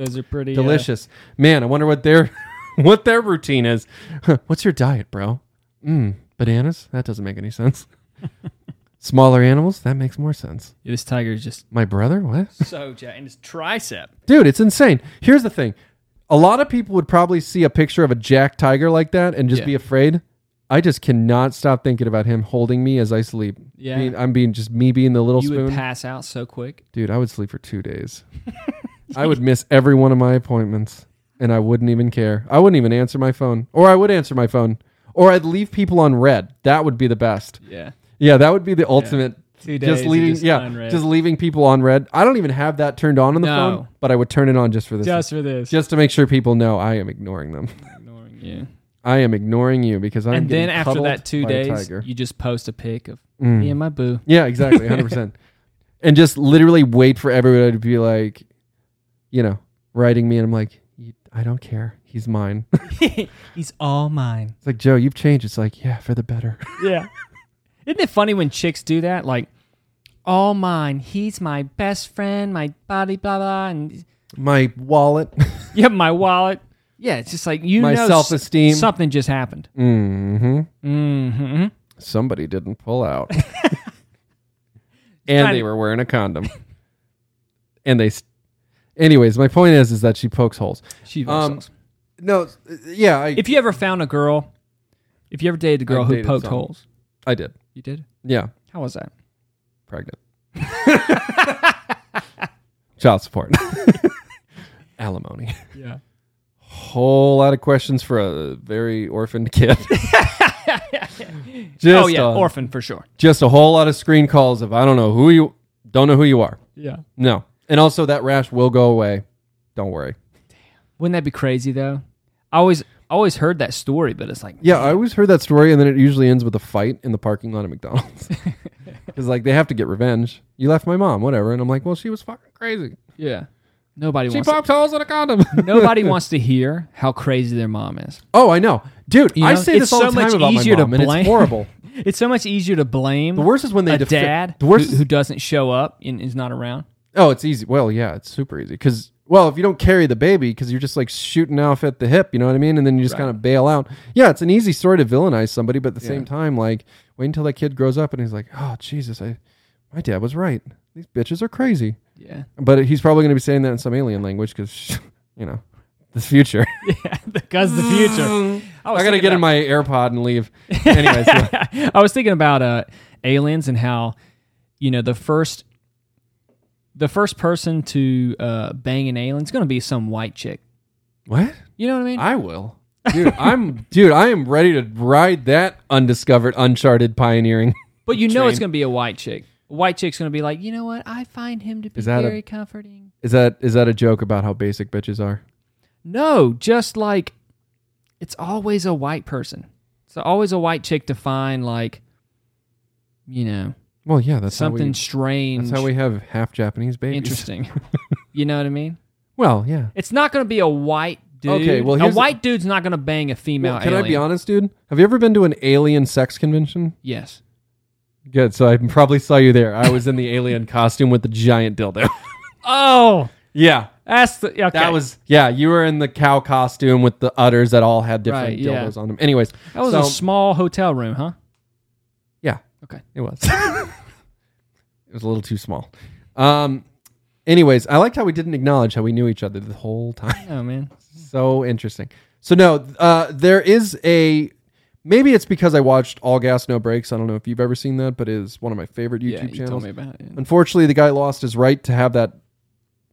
Speaker 2: Those are pretty uh,
Speaker 1: delicious. Man, I wonder what their (laughs) what their routine is. (laughs) What's your diet, bro? Mm, bananas. That doesn't make any
Speaker 2: (laughs)
Speaker 1: sense. Smaller animals. That makes more sense.
Speaker 2: yeah, this tiger is just
Speaker 1: My brother? What?
Speaker 2: (laughs) so jack and his tricep.
Speaker 1: Dude, it's insane. Here's the thing. A lot of people would probably see a picture of a jack tiger like that and just
Speaker 2: Yeah.
Speaker 1: be afraid. I just cannot stop thinking about him holding me as I sleep.
Speaker 2: Yeah.
Speaker 1: Being- I'm being just me being the little
Speaker 2: you
Speaker 1: spoon.
Speaker 2: would pass out so quick.
Speaker 1: Dude, I would sleep for 2
Speaker 2: (laughs)
Speaker 1: days. I would miss every one of my appointments and I wouldn't even care. I wouldn't even answer my phone or I would answer my phone or I'd leave people on red. That would be the best.
Speaker 2: Yeah.
Speaker 1: Yeah, that would be the ultimate.
Speaker 2: Two days
Speaker 1: just
Speaker 2: and
Speaker 1: leaving,
Speaker 2: just
Speaker 1: yeah,
Speaker 2: unread.
Speaker 1: just leaving people on red. I don't even have that turned on on the
Speaker 2: No.
Speaker 1: phone, but I would turn it on just for this,
Speaker 2: Just for this.
Speaker 1: just to make sure people know I am ignoring them. (laughs)
Speaker 2: ignoring you.
Speaker 1: I am ignoring you because I'm.
Speaker 2: and then
Speaker 1: getting
Speaker 2: after
Speaker 1: cuddled
Speaker 2: that two
Speaker 1: by a
Speaker 2: days,
Speaker 1: tiger.
Speaker 2: you just post a pic of
Speaker 1: Mm.
Speaker 2: me and my boo.
Speaker 1: yeah,
Speaker 2: (laughs)
Speaker 1: exactly, hundred percent, and just literally wait for everybody to be like, you know, writing me, and I'm like, "You- I don't care. He's mine. (laughs) it's
Speaker 2: He's all mine.
Speaker 1: like Joe, you've changed. It's like, yeah, for the better. (laughs)
Speaker 2: Yeah. Isn't it funny when chicks do that? Like, all mine. He's my best friend, my body, blah, blah. And (laughs)
Speaker 1: My wallet. (laughs)
Speaker 2: you have my wallet. Yeah, it's just like, you
Speaker 1: My
Speaker 2: know, s-
Speaker 1: self-esteem.
Speaker 2: Something just happened.
Speaker 1: mm-hmm.
Speaker 2: Mm-hmm.
Speaker 1: Somebody didn't pull
Speaker 2: (laughs)
Speaker 1: out, and they
Speaker 2: Kinda-
Speaker 1: were wearing a condom. (laughs) And they, s- anyways, my point is, is that she pokes holes.
Speaker 2: She
Speaker 1: Um, No, uh, yeah, I,
Speaker 2: If you ever found a girl, if you ever dated a girl who
Speaker 1: dated
Speaker 2: poked
Speaker 1: some.
Speaker 2: holes,
Speaker 1: I did.
Speaker 2: you did?
Speaker 1: Yeah,
Speaker 2: How was that? (laughs)
Speaker 1: pregnant. Child support. (laughs) Alimony.
Speaker 2: Yeah.
Speaker 1: Whole lot of questions for a very orphaned
Speaker 2: (laughs)
Speaker 1: kid. just,
Speaker 2: Oh, yeah.
Speaker 1: a,
Speaker 2: Orphan for sure.
Speaker 1: just a whole lot of screen calls of I don't know who you don't know who you are.
Speaker 2: Yeah.
Speaker 1: No. And also that rash will go away. Don't worry.
Speaker 2: Wouldn't that be crazy, though? I always, always heard that story, but it's like,
Speaker 1: Yeah, I always heard that story and then it usually ends with a fight in the parking lot of (laughs) McDonald's. Cuz like they have to get revenge. You left my mom, whatever. And I'm like, "Well, she was fucking crazy.
Speaker 2: yeah. Nobody
Speaker 1: She
Speaker 2: wants to
Speaker 1: popped holes in a condom."
Speaker 2: Nobody wants to hear how crazy their mom is.
Speaker 1: (laughs) Oh, I know, dude.
Speaker 2: You
Speaker 1: I
Speaker 2: know,
Speaker 1: say
Speaker 2: it's
Speaker 1: this all
Speaker 2: so
Speaker 1: the time
Speaker 2: much
Speaker 1: about my
Speaker 2: easier to
Speaker 1: mom, and
Speaker 2: blame-
Speaker 1: it's (laughs) horrible.
Speaker 2: It's so much easier to blame
Speaker 1: The worst is when they
Speaker 2: a
Speaker 1: defi-
Speaker 2: dad
Speaker 1: The worst.
Speaker 2: who,
Speaker 1: is-
Speaker 2: who doesn't show up and is not around.
Speaker 1: oh, it's easy. Well, yeah, it's super easy because well, if you don't carry the baby because you're just like shooting off at the hip, you know what I mean, and then you just kind of bail out. Yeah, it's an easy story to villainize somebody, but at the same time, like wait until that kid grows up and he's like, oh Jesus, I, my dad was right. These bitches are crazy.
Speaker 2: Yeah.
Speaker 1: But he's probably going to be saying that in some alien language because (laughs) you know the future. (laughs)
Speaker 2: Because the future.
Speaker 1: I gotta get in my AirPod and leave. Anyways, yeah.
Speaker 2: I was thinking about uh, aliens and how, you know, the first the first person to uh, bang an alien is going to be some white chick.
Speaker 1: what?
Speaker 2: You know what I mean?
Speaker 1: I will. Dude, I'm dude, I am ready to ride that undiscovered, uncharted pioneering.
Speaker 2: but you know it's
Speaker 1: train.
Speaker 2: going to be a white chick. A white chick's going to be like, you know what? I find him to be
Speaker 1: Is that a-
Speaker 2: very comforting.
Speaker 1: Is that is that a joke about how basic bitches are?
Speaker 2: No, just like it's always a white person. It's always a white chick to find like, you know,
Speaker 1: Well, yeah, that's
Speaker 2: something
Speaker 1: How we,
Speaker 2: strange,
Speaker 1: that's how we have half Japanese (laughs) babies.
Speaker 2: interesting. you know what I mean?
Speaker 1: Well, yeah.
Speaker 2: It's not going to be a white dude.
Speaker 1: Okay, well,
Speaker 2: a
Speaker 1: here's the-
Speaker 2: white dude's not going to bang a female.
Speaker 1: Well, can
Speaker 2: alien.
Speaker 1: I be honest, dude? Have you ever been to an alien sex convention?
Speaker 2: Yes.
Speaker 1: Good. So I probably saw you there. I was in the alien costume with the giant dildo. (laughs)
Speaker 2: Oh,
Speaker 1: yeah.
Speaker 2: that's the okay.
Speaker 1: That was yeah, you were in the cow costume with the udders that all had different
Speaker 2: Right, yeah.
Speaker 1: dildos on them. Anyways,
Speaker 2: that was a
Speaker 1: so-
Speaker 2: small hotel room, huh?
Speaker 1: Yeah.
Speaker 2: Okay.
Speaker 1: It was. it was a little too small. Um anyways, I liked how we didn't acknowledge how we knew each other the whole time.
Speaker 2: Oh man.
Speaker 1: so interesting. So no, uh there is a maybe it's because I watched All Gas No Breaks. I don't know if you've ever seen that, but it is one of my favorite (laughs) YouTube
Speaker 2: yeah, you
Speaker 1: channels.
Speaker 2: told me about it.
Speaker 1: Unfortunately, the guy lost his right to have that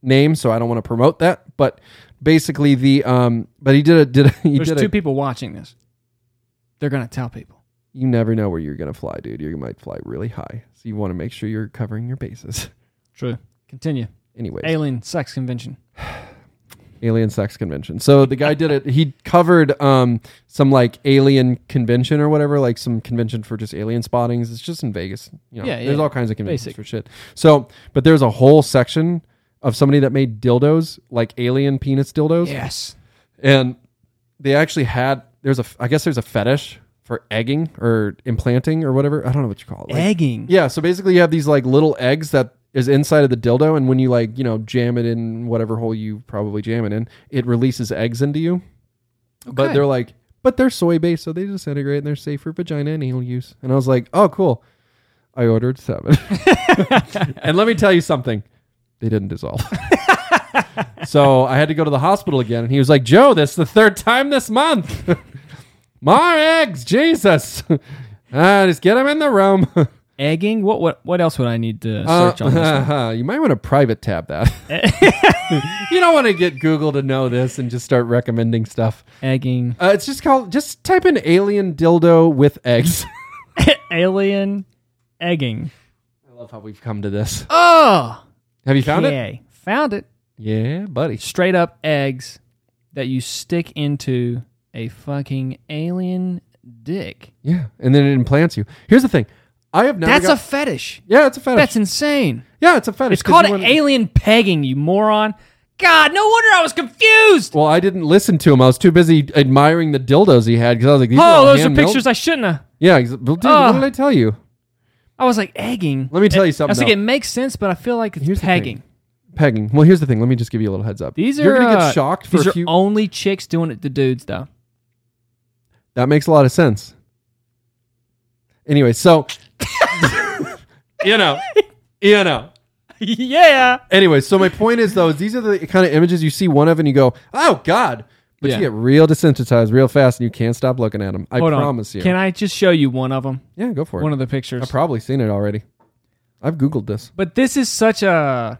Speaker 1: name, so I don't want to promote that, but basically the um but he did a (laughs) did a, he
Speaker 2: There's
Speaker 1: did
Speaker 2: two
Speaker 1: a,
Speaker 2: people watching this. They're going to tell people.
Speaker 1: you never know where you're going to fly, dude. You might fly really high. So you want to make sure you're covering your bases. (laughs)
Speaker 2: True. Continue.
Speaker 1: Anyways,
Speaker 2: Alien sex convention.
Speaker 1: alien sex convention. So the guy did it. He covered um some like alien convention or whatever, like some convention for just alien spottings. It's just in Vegas. You know,
Speaker 2: Yeah,
Speaker 1: There's
Speaker 2: yeah.
Speaker 1: all kinds of conventions
Speaker 2: Basic.
Speaker 1: for shit. So, but there's a whole section of somebody that made dildos, like alien penis dildos,
Speaker 2: Yes.
Speaker 1: and they actually had there's a I guess there's a fetish for egging or implanting or whatever. I don't know what you call it. Like,
Speaker 2: Egging.
Speaker 1: Yeah, so basically you have these like little eggs that is inside of the dildo, and when you like you know jam it in whatever hole you probably jam it in, it releases eggs into you. But
Speaker 2: Okay.
Speaker 1: they're like, but they're soy based, so they disintegrate and they're safe for vagina and anal use. And I was like, oh cool, I ordered seven. (laughs) and let me tell you something, they didn't dissolve. (laughs) so I had to go to the hospital again, and he was like, Joe, this is the third time this month. (laughs) My eggs, Jesus. (laughs) Ah, just get them in the room. (laughs)
Speaker 2: Egging? What what what else would I need to
Speaker 1: Uh,
Speaker 2: search
Speaker 1: (laughs)
Speaker 2: on this? one?
Speaker 1: you might want to private tab
Speaker 2: (laughs)
Speaker 1: that. you don't want to get Google to know this and just start recommending stuff.
Speaker 2: Egging.
Speaker 1: Uh, it's just called. Just type in alien dildo with eggs. (laughs)
Speaker 3: Alien egging.
Speaker 1: I love how we've come to this.
Speaker 2: Oh,
Speaker 1: Have you found it?
Speaker 2: okay. Found it.
Speaker 1: Yeah, buddy.
Speaker 2: Straight up eggs that you stick into a fucking alien dick.
Speaker 1: Yeah, and then it implants you. Here's the thing. I have never.
Speaker 2: That's
Speaker 1: got-
Speaker 2: a fetish.
Speaker 1: yeah, it's a fetish. (laughs)
Speaker 2: That's insane.
Speaker 1: yeah, it's a fetish.
Speaker 2: It's
Speaker 1: 'cause
Speaker 2: called
Speaker 1: you wanna-
Speaker 2: alien pegging, you moron. God, no wonder I was confused.
Speaker 1: Well, I didn't listen to him. I was too busy admiring the dildos he had because I was like, These
Speaker 2: Oh,
Speaker 1: all
Speaker 2: those are
Speaker 1: hand-made."
Speaker 2: pictures I shouldn't have.
Speaker 1: Yeah, ex- well, dude,
Speaker 2: Ugh.
Speaker 1: what did I tell you?
Speaker 2: I was like egging.
Speaker 1: Let me tell you
Speaker 2: I was
Speaker 1: something,
Speaker 2: like,
Speaker 1: though.
Speaker 2: it makes sense, but I feel like it's
Speaker 1: Here's the thing.
Speaker 2: pegging.
Speaker 1: Pegging. Well, here's the thing. Let me just give you a little heads up.
Speaker 2: These are
Speaker 1: You're gonna
Speaker 2: uh,
Speaker 1: get shocked for
Speaker 2: these
Speaker 1: a
Speaker 2: are
Speaker 1: few.
Speaker 2: only chicks doing it to dudes though.
Speaker 1: that makes a lot of sense. Anyway, so (laughs) you know, you know.
Speaker 2: yeah.
Speaker 1: Anyway, so my point is though, is these are the kind of images you see one of and you go, "Oh God," but
Speaker 2: Yeah.
Speaker 1: you get real desensitized real fast, and you can't stop looking at them. I
Speaker 2: Hold
Speaker 1: promise
Speaker 2: on.
Speaker 1: you.
Speaker 2: Can I just show you one of them?
Speaker 1: yeah, go for
Speaker 2: One
Speaker 1: it.
Speaker 2: of the pictures.
Speaker 1: I've probably seen it already. I've googled this.
Speaker 2: but this is such a.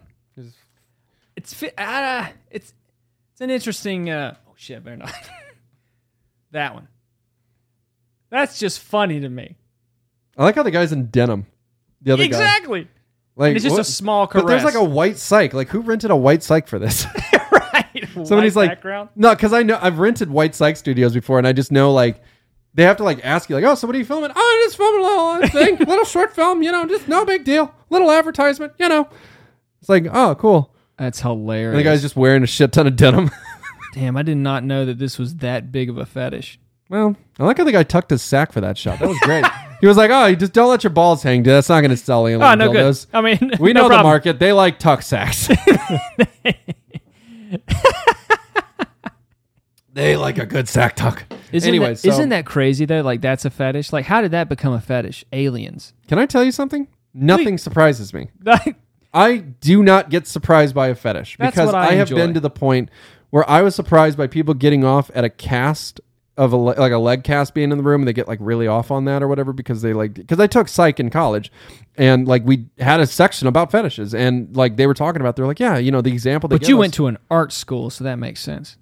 Speaker 2: It's fi- uh, it's it's an interesting. Uh, oh shit! I Better not. (laughs) that one. That's just funny to me.
Speaker 1: I like how the guy's in denim. The other guy,
Speaker 3: (laughs)
Speaker 2: Exactly.
Speaker 1: like,
Speaker 2: It's just
Speaker 1: what-
Speaker 2: a small caress.
Speaker 1: But there's like a white psych. Like, who rented a white psych for this? (laughs)
Speaker 2: right.
Speaker 1: Somebody's like,
Speaker 2: white background.
Speaker 1: no, because I know I've rented White Psych Studios before, and I just know like they have to like ask you like, oh, so what are you filming? Oh, I'm just filming a little thing,
Speaker 2: (laughs)
Speaker 1: little short film, you know, just no big deal, little advertisement, you know. It's like, oh, cool.
Speaker 2: That's
Speaker 1: And the
Speaker 2: hilarious.
Speaker 1: guy's just wearing a shit ton of denim. (laughs)
Speaker 2: Damn, I did not know that this was that big of a fetish.
Speaker 1: well, I like how the guy tucked his sack for that shot. That was
Speaker 2: (laughs)
Speaker 1: great. he was like, oh, you just don't let your balls hang, dude. That's not going to sell any
Speaker 2: Oh
Speaker 1: little
Speaker 2: no, good.
Speaker 1: dildos.
Speaker 2: I
Speaker 3: (laughs)
Speaker 2: mean,
Speaker 1: We
Speaker 2: no
Speaker 1: know the
Speaker 2: problem.
Speaker 1: market. They like tuck
Speaker 2: (laughs)
Speaker 1: sacks. (laughs) they like a good sack tuck.
Speaker 2: Isn't
Speaker 1: Anyway,
Speaker 2: that,
Speaker 1: so-
Speaker 2: isn't that crazy though? Like that's a fetish. Like how did that become a fetish? Aliens.
Speaker 1: Can I tell you something? Nothing surprises me.
Speaker 2: Like,
Speaker 1: I do not get surprised by a fetish
Speaker 2: That's
Speaker 1: because
Speaker 2: what I
Speaker 1: I, have
Speaker 2: enjoy.
Speaker 1: been to the point where I was surprised by people getting off at a cast of a le- like a leg cast being in the room and they get like really off on that or whatever because they like because I took psych in college and like we had a section about fetishes and like they were talking about they're like yeah you know the example they
Speaker 2: but you went to an art school, so that makes sense.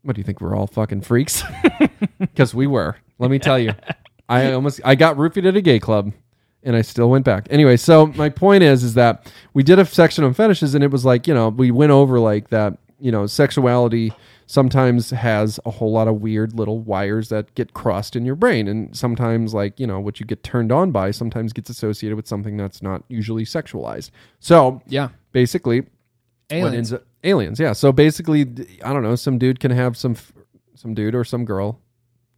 Speaker 1: what do you think we're all fucking freaks (laughs) because we were let me tell you I almost I got roofied at a gay club and I still went back. Anyway, so my point is is that we did a section on fetishes and it was like, you know, we went over like that, you know, sexuality sometimes has a whole lot of weird little wires that get crossed in your brain and sometimes like, you know, what you get turned on by sometimes gets associated with something that's not usually sexualized. So,
Speaker 2: Yeah.
Speaker 1: basically what
Speaker 2: Aliens.
Speaker 1: ends up- aliens, yeah. So basically, d- I don't know, some dude can have some f- some dude or some girl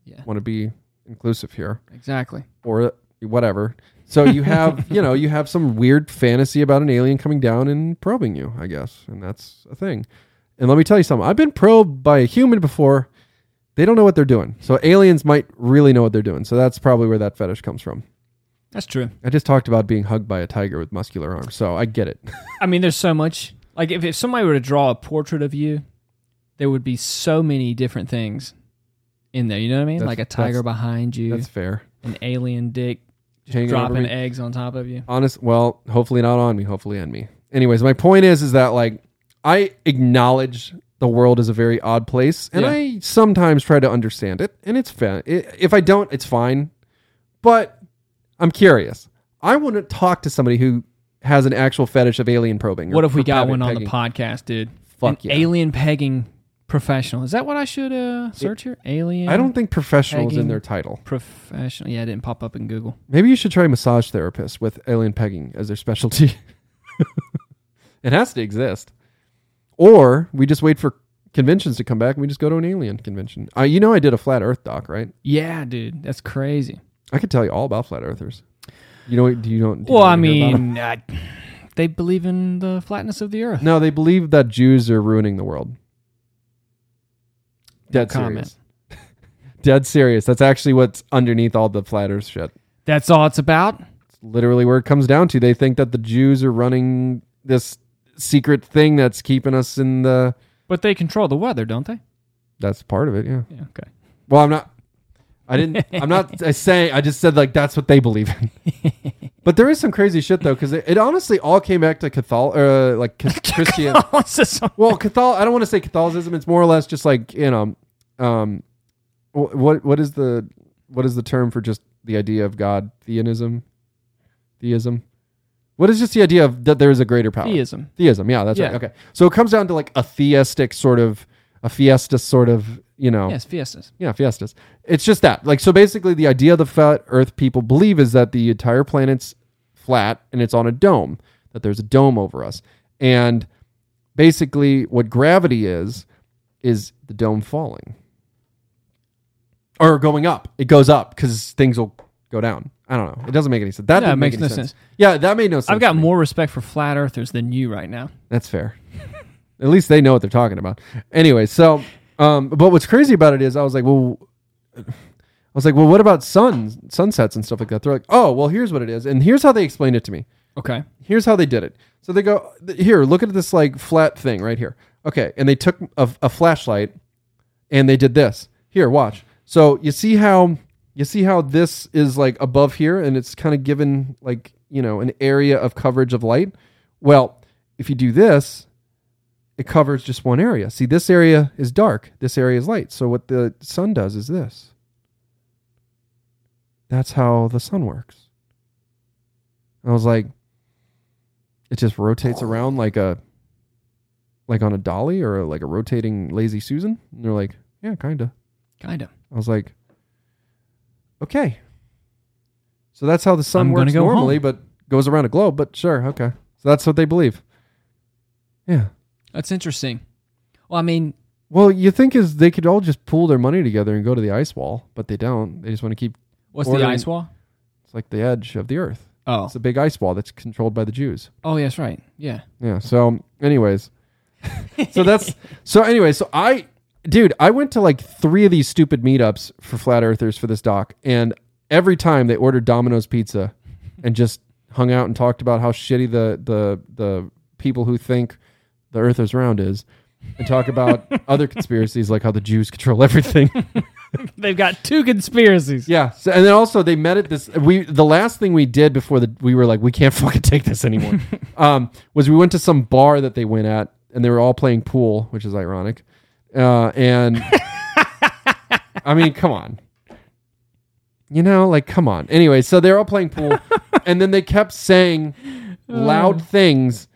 Speaker 2: Yeah.
Speaker 1: want to be inclusive here
Speaker 2: Exactly.
Speaker 1: or uh, whatever. So you
Speaker 2: (laughs)
Speaker 1: have, you know, you have some weird fantasy about an alien coming down and probing you, I guess. And that's a thing. And let me tell you something. I've been probed by a human before. They don't know what they're doing. So aliens might really know what they're doing. So that's probably where that fetish comes from.
Speaker 2: That's true.
Speaker 1: I just talked about being hugged by a tiger with muscular arms. So I get it. (laughs)
Speaker 2: I mean, there's so much. Like if, if somebody were to draw a portrait of you, there would be so many different things in there. You know what I mean?
Speaker 1: That's-
Speaker 2: like a tiger
Speaker 1: that's-
Speaker 2: behind you,
Speaker 1: That's fair.
Speaker 2: an alien dick
Speaker 1: Hanging over
Speaker 2: dropping
Speaker 1: me.
Speaker 2: eggs on top of you.
Speaker 1: honest well hopefully not on me hopefully on me anyways my point is is that like i acknowledge the world is a very odd place and
Speaker 2: Yeah.
Speaker 1: i sometimes try to understand it and it's fine if i don't it's fine but i'm curious i want to talk to somebody who has an actual fetish of alien probing or-
Speaker 2: What if we
Speaker 1: or
Speaker 2: got
Speaker 1: peg-
Speaker 2: one on the
Speaker 1: pegging.
Speaker 2: podcast, dude?
Speaker 1: Fuck
Speaker 2: An
Speaker 1: yeah.
Speaker 2: Alien pegging professional. Is that what I should uh, search here? Alien.
Speaker 1: i don't think professionals in
Speaker 2: Pegging.
Speaker 1: their title
Speaker 2: professional. Yeah, it didn't pop up in Google.
Speaker 1: maybe you should try massage therapist with alien pegging as their specialty (laughs) it has to exist or we just wait for conventions to come back and we just go to an alien convention uh, you know i did a flat earth doc right
Speaker 2: Yeah, dude, that's crazy.
Speaker 1: i could tell you all about flat earthers you know do you don't do you
Speaker 2: well, I
Speaker 1: wanna hear about them?
Speaker 2: mean, (laughs) I, they believe in the flatness of the earth.
Speaker 1: no they believe that jews are ruining the world dead
Speaker 2: comment.
Speaker 1: serious (laughs) dead serious that's actually what's underneath all the flat earth shit
Speaker 2: That's all it's about.
Speaker 1: literally where it comes down to. They think that the Jews are running this secret thing that's keeping us in the.
Speaker 2: But they control the weather, don't they?
Speaker 1: That's part of it, yeah.
Speaker 2: Yeah. Okay.
Speaker 1: Well, I'm not. I didn't. I'm not I saying. I just said like that's what they believe in. but there is some crazy shit though, because it, it honestly all came back to Catholic, uh, like Christian. well, Catholic. I don't want to say Catholicism. It's more or less just like you know, um, wh- what what is the what is the term for just the idea of God? Theism, theism. What is just the idea of that there is a greater power?
Speaker 2: Theism.
Speaker 1: Theism. Yeah, that's right.
Speaker 2: Yeah.
Speaker 1: Okay, so it comes down to like a theistic sort of a fiesta sort of you know
Speaker 2: Yes, fiestas.
Speaker 1: yeah, fiestas. It's just that. Like, so basically, the idea the flat Earth people believe is that the entire planet's flat and it's on a dome, that there's a dome over us. And basically what gravity is is the dome falling or going up. It goes up because things will go down. I don't know. It doesn't make any sense. That
Speaker 2: No, it
Speaker 1: didn't make any
Speaker 2: makes no
Speaker 1: sense.
Speaker 2: sense.
Speaker 1: Yeah, that made no sense.
Speaker 2: I've got
Speaker 1: to me.
Speaker 2: more respect for flat earthers than you right now.
Speaker 1: That's fair. At least they know what they're talking about. Anyway, so um, but what's crazy about it is I was like, well, I was like, well, what about sun sunsets and stuff like that? They're like, oh, well, here's what it is, and here's how they explained it to me.
Speaker 2: Okay.
Speaker 1: Here's how they did it. So they go th- here, look at this like flat thing right here. Okay, and they took a, a flashlight and they did this. Here, watch. So you see how you see how this is like above here and it's kind of given like, you know, an area of coverage of light. Well, if you do this, it covers just one area. See, this area is dark, this area is light. So what the sun does is this. That's how the sun works. I was like it just
Speaker 2: Oh.
Speaker 1: rotates around like a like on a dolly or like a rotating lazy susan and they're like yeah kind of
Speaker 2: Kind of.
Speaker 1: i was like okay so that's how the sun
Speaker 2: I'm gonna
Speaker 1: works
Speaker 2: go
Speaker 1: normally
Speaker 2: home.
Speaker 1: but goes around a globe but sure okay so that's what they believe yeah
Speaker 2: That's interesting. Well, I mean,
Speaker 1: well you think is they could all just pool their money together and go to the ice wall but they don't they just want to keep
Speaker 2: what's the
Speaker 1: Ordering-
Speaker 2: ice wall?
Speaker 1: it's like the edge of the earth
Speaker 2: Oh.
Speaker 1: it's a big ice wall that's controlled by the jews
Speaker 2: Oh, yes, right. Yeah.
Speaker 1: Yeah. So, anyways, so that's so. Anyway, so I, dude, I went to like three of these stupid meetups for flat earthers for this doc, and every time they ordered Domino's pizza, and just hung out and talked about how shitty the the the people who think the Earth is round is, and talk about other conspiracies like how the Jews control everything.
Speaker 3: They've got two conspiracies.
Speaker 1: Yeah, so, and then also they met at this. We the last thing we did before the we were like we can't (laughs) fucking take this anymore. um, was we went to some bar that they went at and they were all playing pool, which is ironic. Uh, and I mean, come on, you know, like come on. Anyway, so they're all playing pool, and then they kept saying loud things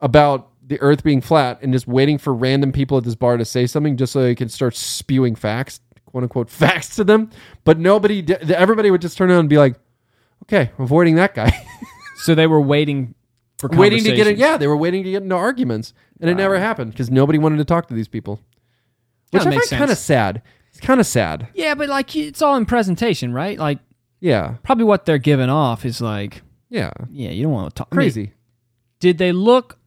Speaker 1: about the Earth being flat and just waiting for random people at this bar to say something just so they can start spewing facts, quote unquote (laughs) facts to them. But nobody, did, everybody would just turn around and be like, "Okay, avoiding that guy." (laughs)
Speaker 2: So they were waiting for
Speaker 1: waiting to get it.
Speaker 2: conversations.
Speaker 1: Yeah, they were waiting to get into arguments, and it never happened because nobody wanted to talk to these people, which
Speaker 2: Yeah,
Speaker 1: I
Speaker 2: makes
Speaker 1: find kind of
Speaker 2: sense.
Speaker 1: sad. It's kind of sad.
Speaker 2: Yeah, but like it's all in presentation, right? Like
Speaker 1: Yeah,
Speaker 2: probably what they're giving off is like,
Speaker 1: yeah,
Speaker 2: yeah, you don't want to talk. I mean,
Speaker 1: crazy.
Speaker 2: did they look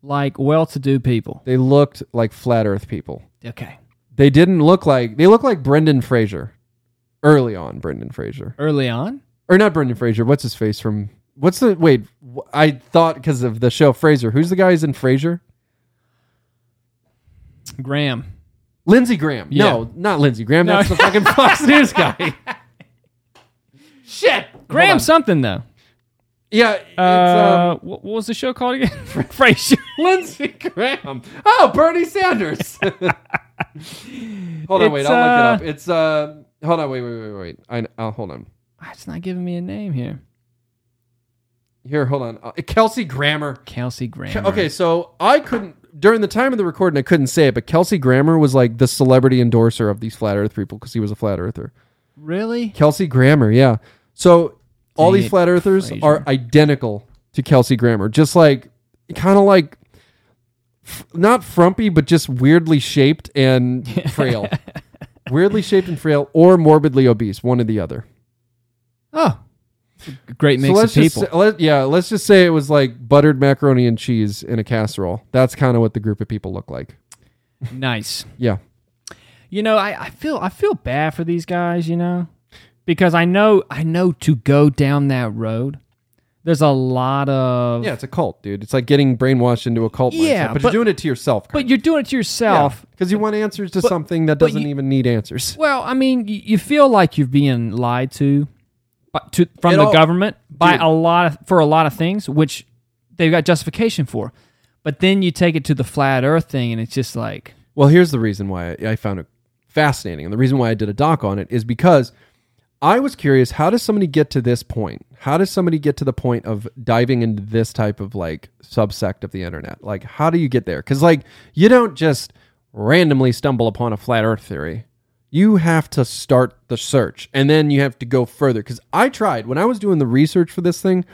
Speaker 2: like well-to-do people?
Speaker 1: They looked like flat Earth people.
Speaker 2: Okay.
Speaker 1: They didn't look like they looked like Brendan Fraser, early on Brendan Fraser.
Speaker 2: Early on,
Speaker 1: or not Brendan Fraser. What's his face from? What's the wait? wh- I thought because of the show Fraser. Who's the guy who's in Fraser?
Speaker 2: Graham.
Speaker 1: Lindsey Graham. No,
Speaker 2: Yeah.
Speaker 1: not Lindsey Graham. That's the fucking (laughs) Fox News guy. Shit,
Speaker 2: (laughs) Graham something though.
Speaker 1: Yeah, it's um,
Speaker 2: Uh, wh- what was the show called again? (laughs) Frasier.
Speaker 1: Lindsey Graham. Oh, Bernie Sanders. hold on, wait. I'll look it
Speaker 2: It's, uh,
Speaker 1: up. It's uh. Hold on, wait, wait, wait, wait. I, I'll hold on.
Speaker 2: it's not giving me a name here.
Speaker 1: Here, hold on. Uh, Kelsey Grammer.
Speaker 2: Kelsey Graham.
Speaker 1: Ke- Okay, so I couldn't during the time of the recording. I couldn't say it, but Kelsey Grammer was like the celebrity endorser of these flat Earth people because he was a flat Earther.
Speaker 2: Really?
Speaker 1: Kelsey Grammer, yeah. So all
Speaker 2: Dang
Speaker 1: these
Speaker 2: it,
Speaker 1: flat Earthers
Speaker 2: Fraser.
Speaker 1: are identical to Kelsey Grammer, just like kind of like f- not frumpy, but just weirdly shaped and
Speaker 2: (laughs)
Speaker 1: frail, weirdly shaped and frail, or morbidly obese, one or the other.
Speaker 2: Oh, great mix
Speaker 1: so
Speaker 2: of
Speaker 1: let's just
Speaker 2: people.
Speaker 1: say, let, yeah, let's just say it was like buttered macaroni and cheese in a casserole. That's kind of what the group of people look like.
Speaker 2: nice.
Speaker 1: Yeah.
Speaker 2: You know, I, I feel I feel bad for these guys. You know, because I know I know to go down that road. There's a lot of
Speaker 1: Yeah, it's a cult, dude. It's like getting brainwashed into a cult.
Speaker 2: Yeah,
Speaker 1: mindset, but,
Speaker 2: but-
Speaker 1: you're doing it to yourself.
Speaker 2: but you're doing it to yourself.
Speaker 1: because you want answers to something that
Speaker 2: but
Speaker 1: doesn't
Speaker 2: you-
Speaker 1: even need answers.
Speaker 2: Well, I mean, you, you feel like you're being lied to, but to from
Speaker 1: It
Speaker 2: the
Speaker 1: all-
Speaker 2: government by
Speaker 1: Dude.
Speaker 2: a lot of, for a lot of things, which they've got justification for. But then you take it to the flat Earth thing, and it's just like,
Speaker 1: Well, here's the reason why I, I found it fascinating, and the reason why I did a doc on it is because I was curious. How does somebody get to this point? How does somebody get to the point of diving into this type of like subsect of the internet? Like, how do you get there? Because like you don't just randomly stumble upon a flat Earth theory. you have to start the search and then you have to go further because i tried when i was doing the research for this thing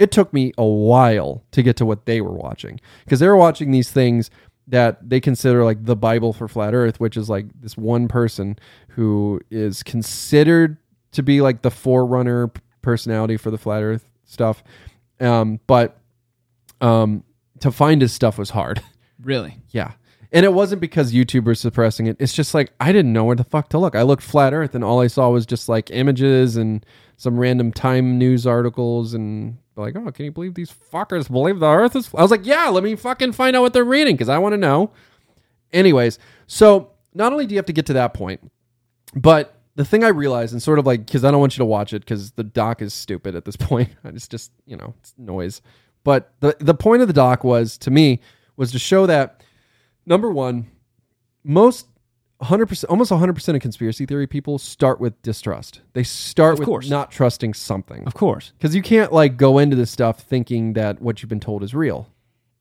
Speaker 1: it took me a while to get to what they were watching because they were watching these things that they consider like the Bible for flat Earth, which is like this one person who is considered to be like the forerunner p- personality for the flat Earth stuff. Um, but um, to find his stuff was hard. (laughs)
Speaker 2: Really?
Speaker 1: Yeah. And it wasn't because YouTube was suppressing it. It's just like I didn't know where the fuck to look. I looked flat earth and all I saw was just like images and some random time news articles and like, oh, can you believe these fuckers believe the earth is flat? I was like, yeah, let me fucking find out what they're reading because I want to know. Anyways, so not only do you have to get to that point, but the thing I realized and sort of like because I don't want you to watch it because the doc is stupid at this (laughs) point. It's just, you know, it's noise. But the the point of the doc was to me was to show that number one, most 100% almost 100% of conspiracy theory people start with distrust they start
Speaker 2: Of
Speaker 1: with
Speaker 2: course.
Speaker 1: not trusting something
Speaker 2: Of course.
Speaker 1: because you can't like go into this stuff thinking that what you've been told is real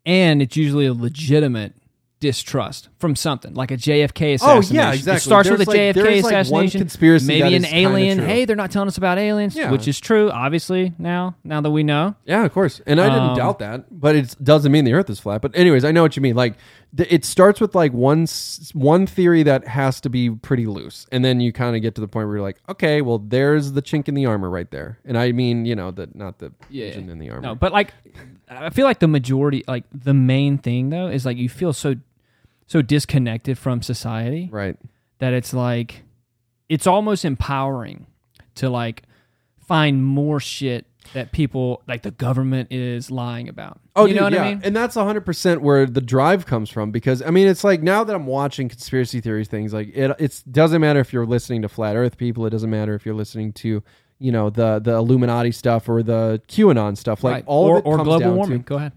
Speaker 2: And it's usually a legitimate distrust from something like a JFK assassination.
Speaker 1: Oh, exactly.
Speaker 2: It starts
Speaker 1: There's
Speaker 2: with a
Speaker 1: like-
Speaker 2: JFK
Speaker 1: there is like one
Speaker 2: assassination.
Speaker 1: conspiracy that
Speaker 2: maybe an
Speaker 1: is kinda
Speaker 2: alien.
Speaker 1: true.
Speaker 2: Hey, they're not telling us about aliens,
Speaker 1: Yeah.
Speaker 2: which is true, obviously. Now, now that we know,
Speaker 1: yeah of course and i didn't
Speaker 2: Um,
Speaker 1: doubt that but it doesn't mean the earth is flat but anyways i know what you mean like th- it starts with like one s- one theory that has to be pretty loose and then you kind of get to the point where you're like okay well there's the chink in the armor right there and i mean you know the not the
Speaker 2: Yeah.
Speaker 1: pigeon in the armor
Speaker 2: No, but like, I feel like the majority, like the main thing though, is like you feel so, so disconnected from society
Speaker 1: right
Speaker 2: that it's like, it's almost empowering to like find more shit that people like the government is lying about.
Speaker 1: Oh,
Speaker 2: you know what
Speaker 1: dude, yeah.
Speaker 2: I mean?
Speaker 1: And that's 100% where the drive comes from because I mean, it's like now that I'm watching conspiracy theory things, like it it's doesn't matter if you're listening to flat earth people, it doesn't matter if you're listening to, you know, the the Illuminati stuff or the QAnon stuff, like
Speaker 2: Right.
Speaker 1: all
Speaker 2: or,
Speaker 1: of it
Speaker 2: or
Speaker 1: comes
Speaker 2: global
Speaker 1: down
Speaker 2: warming.
Speaker 1: to
Speaker 2: Go ahead.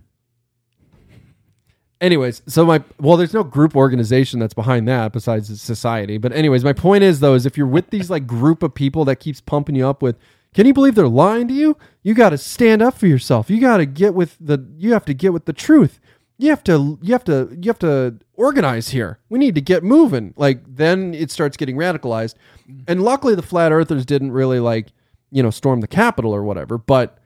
Speaker 1: anyways so my well there's no group organization that's behind that besides the society but anyways my point is though is if you're with these like group of people that keeps pumping you up with can you believe they're lying to you you got to stand up for yourself you got to get with the you have to get with the truth you have to you have to you have to organize here we need to get moving like then it starts getting radicalized and luckily the flat earthers didn't really like you know storm the capitol or whatever but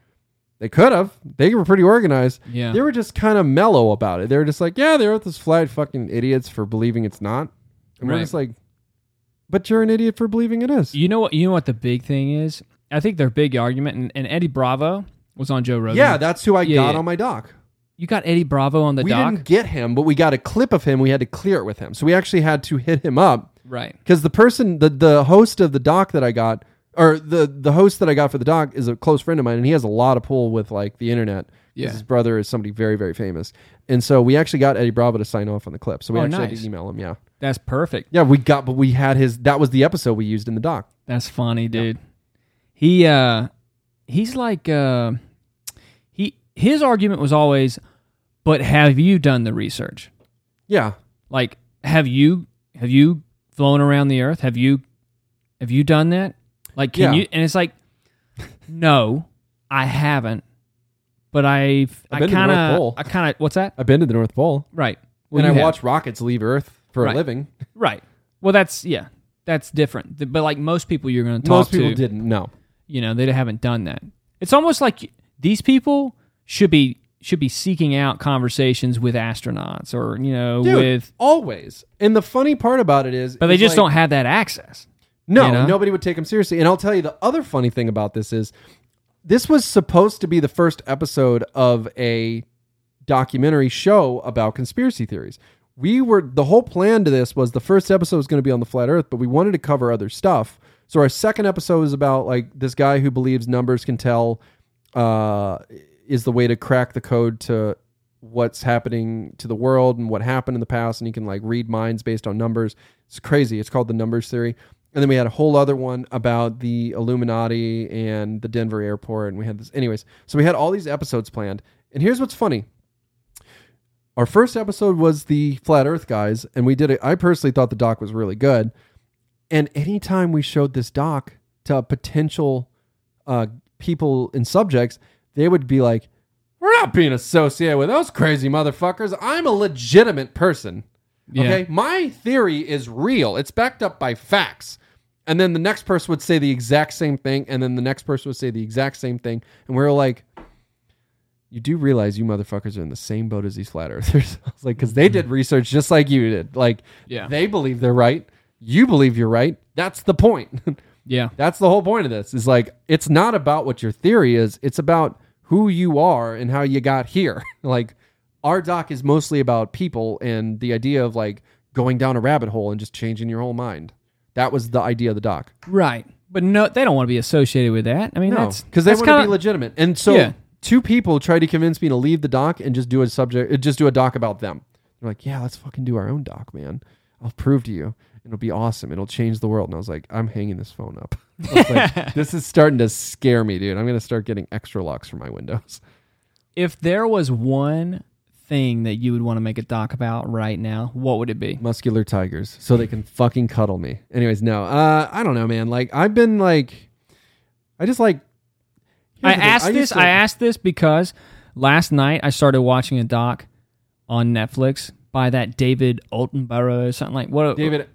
Speaker 1: they could have they were pretty organized
Speaker 2: Yeah.
Speaker 1: they were just kind of mellow about it. They were just like, "Yeah, the Earth is flat, fucking idiots for believing it's not." And we're
Speaker 2: Right.
Speaker 1: just like, "But you're an idiot for believing it is."
Speaker 2: You know what? You know what the big thing is? I think their big argument, and, and Eddie Bravo was on Joe Rogan.
Speaker 1: yeah, that's who I
Speaker 2: Yeah,
Speaker 1: got
Speaker 2: yeah.
Speaker 1: on my doc.
Speaker 2: you got Eddie Bravo on the
Speaker 1: we
Speaker 2: doc,
Speaker 1: didn't get him, but we got a clip of him. We had to clear it with him, so we actually had to hit him up
Speaker 2: right?
Speaker 1: because the person, the the host of the doc that I got, or the the host that I got for the doc is a close friend of mine, and he has a lot of pull with like the internet. 'cause
Speaker 2: Yeah.
Speaker 1: His brother is somebody very, very famous. And so we actually got Eddie Bravo to sign off on the clip. So we
Speaker 2: Oh,
Speaker 1: actually had
Speaker 2: nice.
Speaker 1: to email him. Yeah.
Speaker 2: That's perfect.
Speaker 1: Yeah, we got, but we had his. That was the episode we used in the doc.
Speaker 2: That's funny, dude. He uh he's like uh he his argument was always but have you done the research?
Speaker 1: Yeah,
Speaker 2: Like have you have you flown around the earth? Have you have you done that? Like can
Speaker 1: Yeah.
Speaker 2: you and it's like no, I haven't. But I've,
Speaker 1: I've
Speaker 2: I
Speaker 1: been to the
Speaker 2: kind
Speaker 1: North
Speaker 2: of
Speaker 1: Pole.
Speaker 2: I kind of what's that?
Speaker 1: I've been to the North Pole,
Speaker 2: Right.
Speaker 1: and
Speaker 2: you
Speaker 1: I
Speaker 2: have.
Speaker 1: watch rockets leave Earth for
Speaker 2: Right.
Speaker 1: a living.
Speaker 2: Right. Well, that's yeah. That's different. Th- But like most people you're going to talk
Speaker 1: Most
Speaker 2: to
Speaker 1: people didn't know.
Speaker 2: you know they haven't done that it's almost like these people should be should be seeking out conversations with astronauts or you know
Speaker 1: Dude,
Speaker 2: with
Speaker 1: always. And the funny part about it is,
Speaker 2: but they
Speaker 1: is
Speaker 2: just
Speaker 1: like-
Speaker 2: don't have that access
Speaker 1: No,
Speaker 2: you know?
Speaker 1: nobody would take him seriously. And I'll tell you the other funny thing about this is, this was supposed to be the first episode of a documentary show about conspiracy theories. We were the whole plan to this was the first episode was going to be on the flat Earth, but we wanted to cover other stuff. So our second episode is about like this guy who believes numbers can tell uh, is the way to crack the code to what's happening to the world and what happened in the past, and you can like read minds based on numbers. It's crazy. It's called the numbers theory. And then we had a whole other one about the Illuminati and the Denver airport, and we had this. Anyways, so we had all these episodes planned. And here's what's funny: our first episode was the flat earth guys and we did it i personally thought the doc was really good and anytime we showed this doc to potential uh, people and subjects they would be like we're not being associated with those crazy motherfuckers i'm a legitimate person okay my theory is real it's backed up by facts and then the next person would say the exact same thing and then the next person would say the exact same thing and we were like you do realize you motherfuckers are in the same boat as these flat earthers. (laughs) I was like, because they did research just like you did. Like,
Speaker 2: Yeah.
Speaker 1: they believe they're right. You believe you're right. That's the point. (laughs)
Speaker 2: Yeah.
Speaker 1: That's the whole point of this. Is like it's not about what your theory is, it's about who you are and how you got here. (laughs) like our doc is mostly about people and the idea of like going down a rabbit hole and just changing your whole mind. That was the idea of the doc.
Speaker 2: Right. But no, they don't want to be associated with that. I mean,
Speaker 1: No,
Speaker 2: that's
Speaker 1: because they
Speaker 2: that's
Speaker 1: want to be
Speaker 2: kinda-
Speaker 1: legitimate. And so
Speaker 2: Yeah.
Speaker 1: two people tried to convince me to leave the doc and just do a subject, uh, just do a doc about them. They're like, yeah, let's fucking do our own doc, man. I'll prove to you. It'll be awesome. It'll change the world. And I was like, I'm hanging this phone up. (laughs) I was
Speaker 2: (laughs)
Speaker 1: like, this is starting to scare me, dude. I'm gonna start getting extra locks for my windows. (laughs)
Speaker 2: If there was one thing that you would want to make a doc about right now, what would it be?
Speaker 1: muscular tigers so they can fucking cuddle me. Anyways, no, uh, I don't know, man. Like I've been like, I just like. Here's
Speaker 2: I
Speaker 1: the thing.
Speaker 2: asked
Speaker 1: used
Speaker 2: this.
Speaker 1: to-
Speaker 2: I asked this because last night I started watching a doc on Netflix by that David Attenborough or something like what
Speaker 1: David Mm-hmm.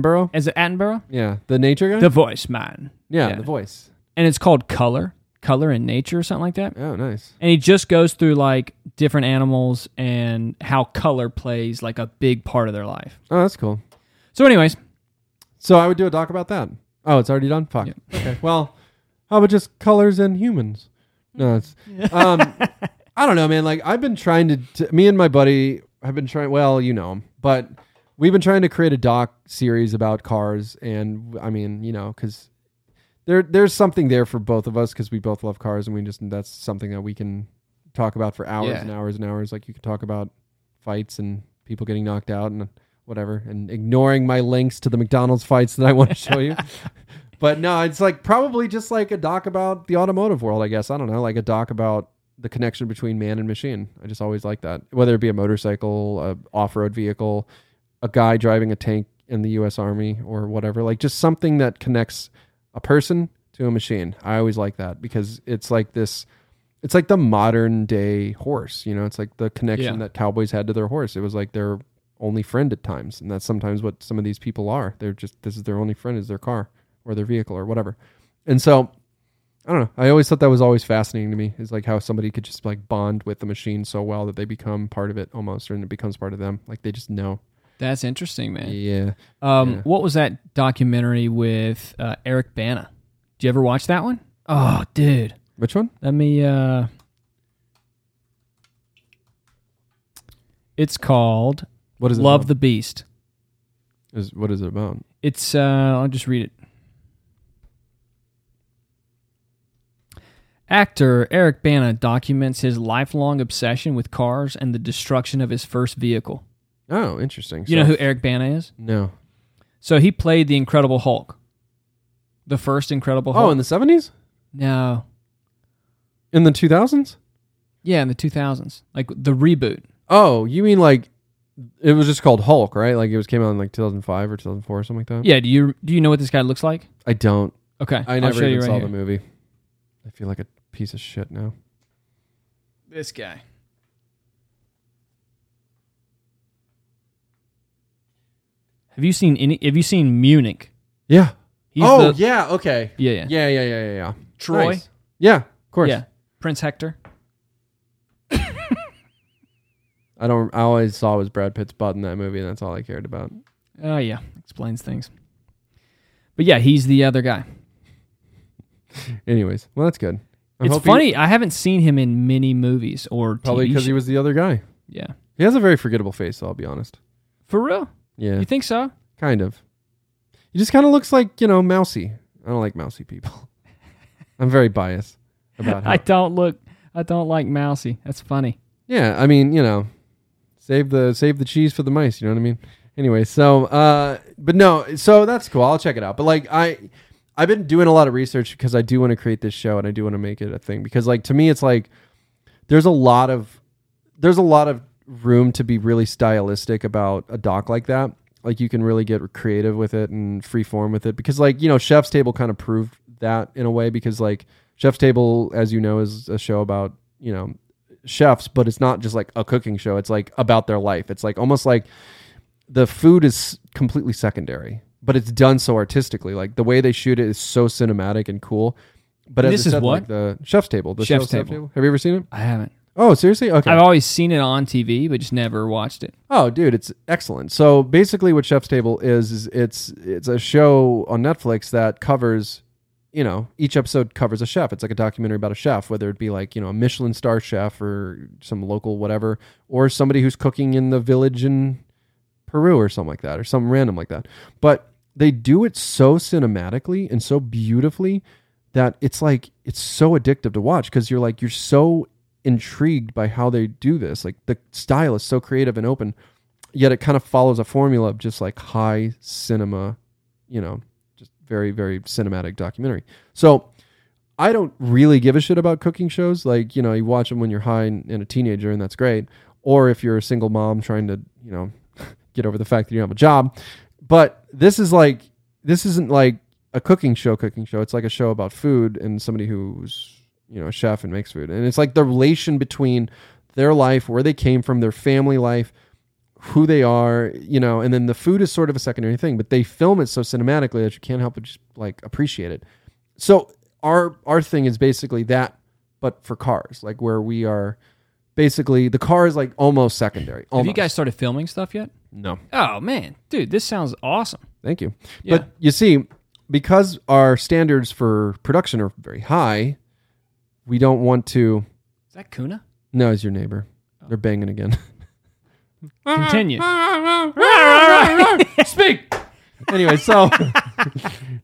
Speaker 1: Attenborough.
Speaker 2: Is it Attenborough?
Speaker 1: Yeah, the nature guy.
Speaker 2: The Voice Man,
Speaker 1: yeah,
Speaker 2: yeah.
Speaker 1: the voice.
Speaker 2: and it's called Color, Color and Nature or something like that.
Speaker 1: Oh, nice.
Speaker 2: And he just goes through like different animals and how color plays like a big part of their life.
Speaker 1: Oh, that's cool.
Speaker 2: So, anyways,
Speaker 1: So I would do a doc about that. Oh, it's already done. Fuck. Okay. Well, how about just colors and humans? No, it's. Um, I don't know, man. Like I've been trying to, t- Me and my buddy have been trying. Well, you know, him, but we've been trying to create a doc series about cars, and I mean, you know, because there there's something there for both of us because we both love cars, and we just that's something that we can talk about for hours
Speaker 2: Yeah.
Speaker 1: and hours and hours. Like you could talk about fights and people getting knocked out and whatever, and ignoring my links to the McDonald's fights that I want to show you. but no, it's like probably just like a doc about the automotive world, I guess. I don't know, like a doc about the connection between man and machine. I just always like that, whether it be a motorcycle, a off-road vehicle, a guy driving a tank in the U.S. Army or whatever, like just something that connects a person to a machine. I always like that because it's like this. It's like the modern day horse, you know. It's like the connection
Speaker 2: Yeah.
Speaker 1: that cowboys had to their horse. It was like their only friend at times, and that's sometimes what some of these people are. They're just this is their only friend is their car or their vehicle or whatever. And so I don't know. I always thought that was always fascinating to me. Is like how somebody could just like bond with the machine so well that they become part of it almost, and it becomes part of them. Like they just know.
Speaker 2: that's interesting, man.
Speaker 1: Yeah.
Speaker 2: Um,
Speaker 1: Yeah.
Speaker 2: What was that documentary with uh, Eric Bana? Did you ever watch that one? Oh, dude.
Speaker 1: Which one?
Speaker 2: Let me. Uh, it's called
Speaker 1: What is it
Speaker 2: Love
Speaker 1: about?
Speaker 2: the Beast.
Speaker 1: Is, what is it about?
Speaker 2: It's uh I'll just read it. Actor Eric Bana documents his lifelong obsession with cars and the destruction of his first vehicle.
Speaker 1: Oh, interesting.
Speaker 2: You know who Eric Bana is?
Speaker 1: No.
Speaker 2: So he played the Incredible Hulk. The first Incredible Hulk.
Speaker 1: Oh, in the seventies?
Speaker 2: no.
Speaker 1: In the two thousands?
Speaker 2: Yeah, in the 2000s. Like the reboot.
Speaker 1: Oh, you mean like it was just called Hulk, right? Like it was came out in like two thousand five or two thousand four or something like that.
Speaker 2: Yeah, do you do you know what this guy looks like?
Speaker 1: I don't.
Speaker 2: Okay.
Speaker 1: I
Speaker 2: I'll
Speaker 1: never
Speaker 2: show
Speaker 1: even
Speaker 2: you right
Speaker 1: saw
Speaker 2: here.
Speaker 1: the movie. I feel like a piece of shit now.
Speaker 2: This guy. Have you seen any? Have you seen Munich?
Speaker 1: Yeah.
Speaker 2: He's
Speaker 1: oh
Speaker 2: the-
Speaker 1: yeah. Okay.
Speaker 2: yeah, yeah,
Speaker 1: Yeah. Yeah. Yeah. Yeah. Yeah.
Speaker 2: Troy,
Speaker 1: Nice. Yeah. Of course.
Speaker 2: yeah, Prince Hector.
Speaker 1: I don't. I always saw was Brad Pitt's butt in that movie, and that's all I cared about.
Speaker 2: Oh yeah, explains things. But yeah, he's the other guy.
Speaker 1: Anyways, well, that's good. I
Speaker 2: it's
Speaker 1: hope he-
Speaker 2: funny. I haven't seen him in many movies or
Speaker 1: probably
Speaker 2: TV
Speaker 1: because he
Speaker 2: shows.
Speaker 1: was the other guy.
Speaker 2: yeah,
Speaker 1: He has a very forgettable face. I'll be honest.
Speaker 2: for real.
Speaker 1: Yeah.
Speaker 2: You think so?
Speaker 1: Kind of. He just kind of looks like, you know, mousy. I don't like mousy people. I'm very biased about
Speaker 2: I
Speaker 1: how.
Speaker 2: don't look. I don't like Mousy. That's funny.
Speaker 1: Yeah, I mean, you know, save the save the cheese for the mice, you know what I mean? Anyway, so uh but no, so that's cool. I'll check it out. But like I I've been doing a lot of research because I do want to create this show and I do want to make it a thing because like to me it's like there's a lot of there's a lot of room to be really stylistic about a doc like that. Like you can really get creative with it and free form with it because like, you know, Chef's Table kind of proved that in a way because like Chef's Table as you know is a show about, you know, chefs, but it's not just like a cooking show. It's like about their life. It's like almost like the food is completely secondary, but it's done so artistically. Like the way they shoot it is so cinematic and cool. But as
Speaker 2: This
Speaker 1: I
Speaker 2: is
Speaker 1: said,
Speaker 2: what?
Speaker 1: like the chef's table, the
Speaker 2: Chef's
Speaker 1: show Chef's
Speaker 2: Table.
Speaker 1: Have you ever seen it?
Speaker 2: I haven't.
Speaker 1: Oh, seriously? Okay.
Speaker 2: I've always seen it on TV, but just never watched it.
Speaker 1: Oh, dude, it's excellent. So basically, what Chef's Table is is it's it's a show on Netflix that covers, you know, each episode covers a chef. It's like a documentary about a chef, whether it be like you know a Michelin star chef or some local whatever, or somebody who's cooking in the village in Peru or something like that, or some random like that. But they do it so cinematically and so beautifully that it's like it's so addictive to watch because you're like you're so intrigued by how they do this. Like the style is so creative and open, yet it kind of follows a formula of just like high cinema, you know, just very very cinematic documentary. So I don't really give a shit about cooking shows. Like you know, you watch them when you're high and, and a teenager, and that's great. Or if you're a single mom trying to you know (laughs) get over the fact that you don't have a job. But this is like this isn't like a cooking show cooking show. It's like a show about food and somebody who's you know a chef and makes food. And it's like the relation between their life, where they came from, their family life, who they are, you know, and then the food is sort of a secondary thing, but they film it so cinematically that you can't help but just like appreciate it. So our our thing is basically that but for cars, like where we are basically the car is like almost secondary. Almost.
Speaker 2: Have you guys started filming stuff yet?
Speaker 1: No.
Speaker 2: Oh man, dude, this sounds awesome.
Speaker 1: Thank you.
Speaker 2: Yeah.
Speaker 1: But you see, because our standards for production are very high, we don't want to.
Speaker 2: Is that Kuna?
Speaker 1: No, it's your neighbor. They're banging again. (laughs)
Speaker 2: (laughs) Continue.
Speaker 1: Speak. Anyway,
Speaker 2: (laughs)
Speaker 1: so (laughs)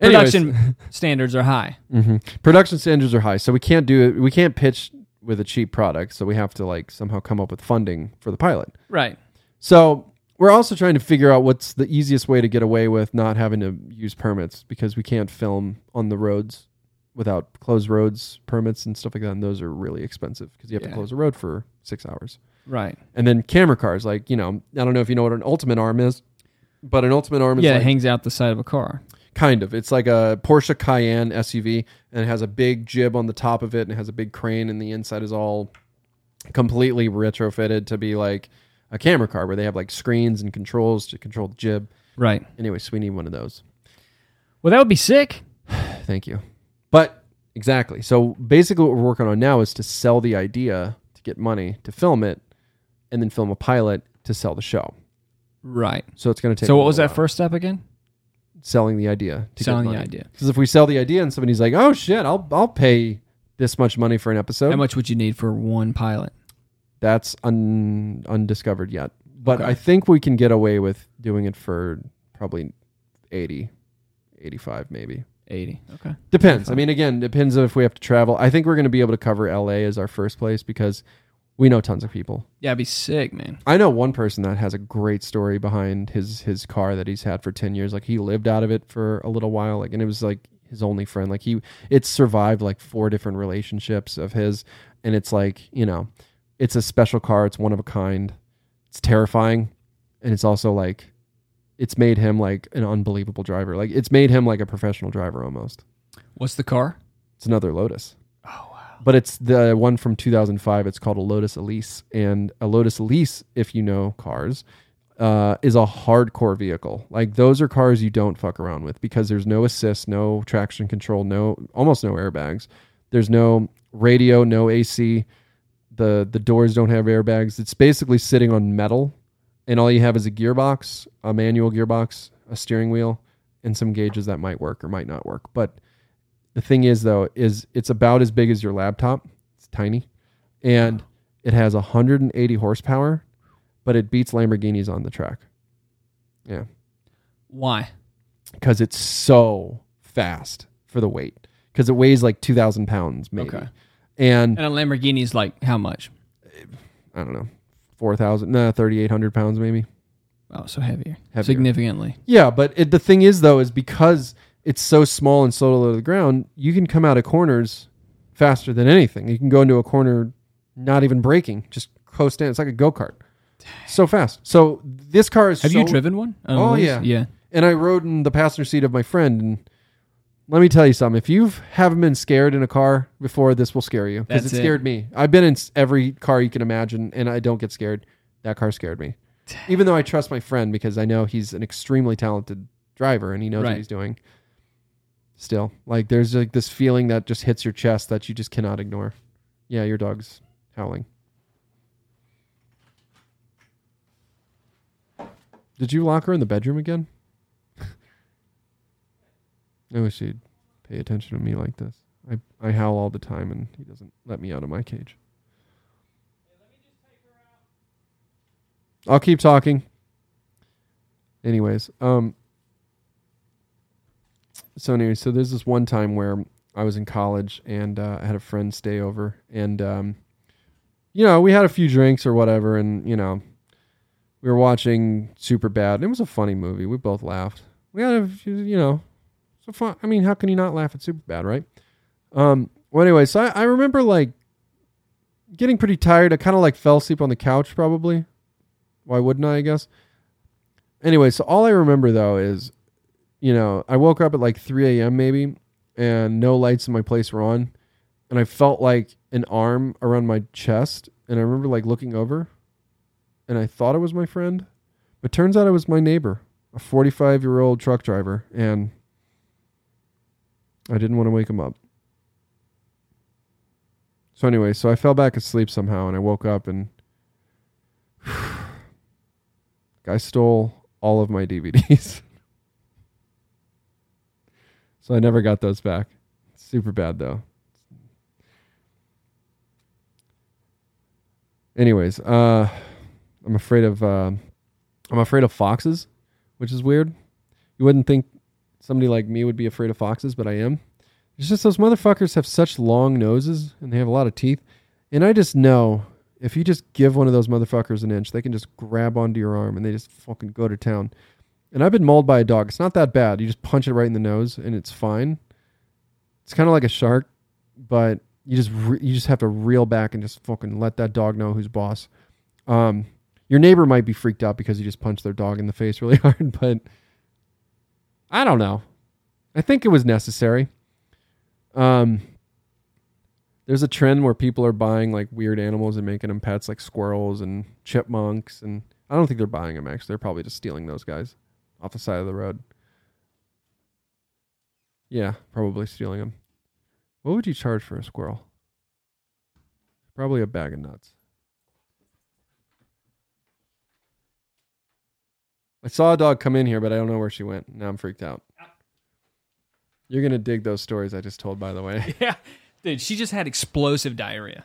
Speaker 1: Anyways.
Speaker 2: Production (laughs) standards are high.
Speaker 1: Mhm. Production standards are high, so we can't do it. We can't pitch with a cheap product, so we have to like somehow come up with funding for the pilot.
Speaker 2: Right.
Speaker 1: So we're also trying to figure out what's the easiest way to get away with not having to use permits because we can't film on the roads without closed roads permits and stuff like that. And those are really expensive because you have
Speaker 2: Yeah.
Speaker 1: to close a road for six hours.
Speaker 2: Right.
Speaker 1: And then camera cars, like you know, I don't know if you know what an ultimate arm is, but an ultimate arm is
Speaker 2: Yeah,
Speaker 1: like,
Speaker 2: it hangs out the side of a car.
Speaker 1: kind of. It's like a Porsche Cayenne SUV, and it has a big jib on the top of it, and it has a big crane, and the inside is all completely retrofitted to be like a camera car, where they have like screens and controls to control the jib.
Speaker 2: Right.
Speaker 1: Anyway, so we need one of those.
Speaker 2: Well, that would be sick.
Speaker 1: Thank you. But exactly. So basically, what we're working on now is to sell the idea to get money to film it, and then film a pilot to sell the show.
Speaker 2: Right.
Speaker 1: So it's going to take.
Speaker 2: So
Speaker 1: a
Speaker 2: what was
Speaker 1: little
Speaker 2: that first step again?
Speaker 1: while. Selling the idea. To
Speaker 2: Selling
Speaker 1: get
Speaker 2: the
Speaker 1: money.
Speaker 2: idea.
Speaker 1: Because if we sell the idea and somebody's like, "Oh shit, I'll I'll pay this much money for an episode,"
Speaker 2: How much would you need for one pilot?
Speaker 1: that's un, undiscovered yet. But
Speaker 2: Okay.
Speaker 1: I think we can get away with doing it for probably 80, 85 maybe.
Speaker 2: 80. Okay.
Speaker 1: Depends. I mean, again, depends on if we have to travel. I think we're going to be able to cover LA as our first place because we know tons of people.
Speaker 2: Yeah, it'd be sick, man.
Speaker 1: I know one person that has a great story behind his his car that he's had for ten years. Like he lived out of it for a little while, like and it was like his only friend. Like he it's survived like four different relationships of his, and it's like you know, it's a special car. It's one of a kind. It's terrifying, and it's also like it's made him like an unbelievable driver. Like it's made him like a professional driver almost.
Speaker 2: What's the car?
Speaker 1: It's another Lotus
Speaker 2: Oh wow.
Speaker 1: but it's the one from 2005. It's called a Lotus Elise, and a Lotus Elise, if you know cars, uh, is a hardcore vehicle. Like those are cars you don't fuck around with because there's no assist, no traction control, no almost no airbags. There's no radio, no AC. the The doors don't have airbags. It's basically sitting on metal, and all you have is a gearbox, a manual gearbox, a steering wheel, and some gauges that might work or might not work. But the thing is though is it's about as big as your laptop it's tiny and it has 180 horsepower but it beats lamborghinis on the track
Speaker 2: Why?
Speaker 1: because it's so fast for the weight because it weighs like 2000 pounds maybe
Speaker 2: Okay.
Speaker 1: and
Speaker 2: And a Lamborghini's like how much?
Speaker 1: i don't know 4000 no 3800 pounds maybe
Speaker 2: Oh, so heavier.
Speaker 1: Heavier.
Speaker 2: Significantly.
Speaker 1: Yeah, but it, the thing is though is because it's so small and so low to the ground, you can come out of corners faster than anything. You can go into a corner not even braking, just coast in. It's like a go kart, so fast. So this car is.
Speaker 2: Have
Speaker 1: so,
Speaker 2: you driven one? on
Speaker 1: Oh,
Speaker 2: wheels?
Speaker 1: yeah.
Speaker 2: Yeah.
Speaker 1: And I rode in the passenger seat of my friend. And let me tell you something: if you haven't been scared in a car before, this will scare you because
Speaker 2: That's
Speaker 1: it
Speaker 2: it.
Speaker 1: scared me. I've been in s- every car you can imagine, and I don't get scared. That car scared me, even though I trust my friend because I know he's an extremely talented driver and he knows what
Speaker 2: Right.
Speaker 1: he's doing. Still, like there's like this feeling that just hits your chest that you just cannot ignore. Yeah, your dog's howling. Did you lock her in the bedroom again? (laughs) I wish he'd pay attention to me like this. I, I howl all the time and he doesn't let me out of my cage. I'll keep talking. Anyways, um so anyway, so there's this one time where I was in college and uh, I had a friend stay over and um you know, we had a few drinks or whatever and you know, we were watching Super Bad and it was a funny movie. We both laughed. We had a few, you know, so fun. I mean, how can you not laugh at Super Bad, right? Um well anyway, so I, I remember like getting pretty tired. I kind of like fell asleep on the couch probably why wouldn't I, I guess? Anyway, so all I remember though is, you know, I woke up at like 3 a.m. maybe and no lights in my place were on. And I felt like an arm around my chest. And I remember like looking over and I thought it was my friend, but turns out it was my neighbor, a 45 year old truck driver. And I didn't want to wake him up. So anyway, so I fell back asleep somehow and I woke up and I stole all of my DVDs. (laughs) so I never got those back. It's super bad though. Anyways, uh I'm afraid of uh, I'm afraid of foxes, which is weird. You wouldn't think somebody like me would be afraid of foxes, but I am. It's just those motherfuckers have such long noses and they have a lot of teeth. And I just know if you just give one of those motherfuckers an inch, they can just grab onto your arm and they just fucking go to town. And I've been mauled by a dog. It's not that bad. You just punch it right in the nose and it's fine. It's kind of like a shark, but you just re- you just have to reel back and just fucking let that dog know who's boss. Um, your neighbor might be freaked out because you just punched their dog in the face (laughs) really hard, but I don't know. I think it was necessary. Um, there's a trend where people are buying like weird animals and making them pets like squirrels and chipmunks and i don't think they're buying them actually they're probably just stealing those guys off the side of the road yeah probably stealing them what would you charge for a squirrel probably a bag of nuts i saw a dog come in here but i don't know where she went now i'm freaked out you're gonna dig those stories i just told by the way
Speaker 2: (laughs)
Speaker 1: (laughs)
Speaker 2: Yeah, dude, she just had explosive diarrhea,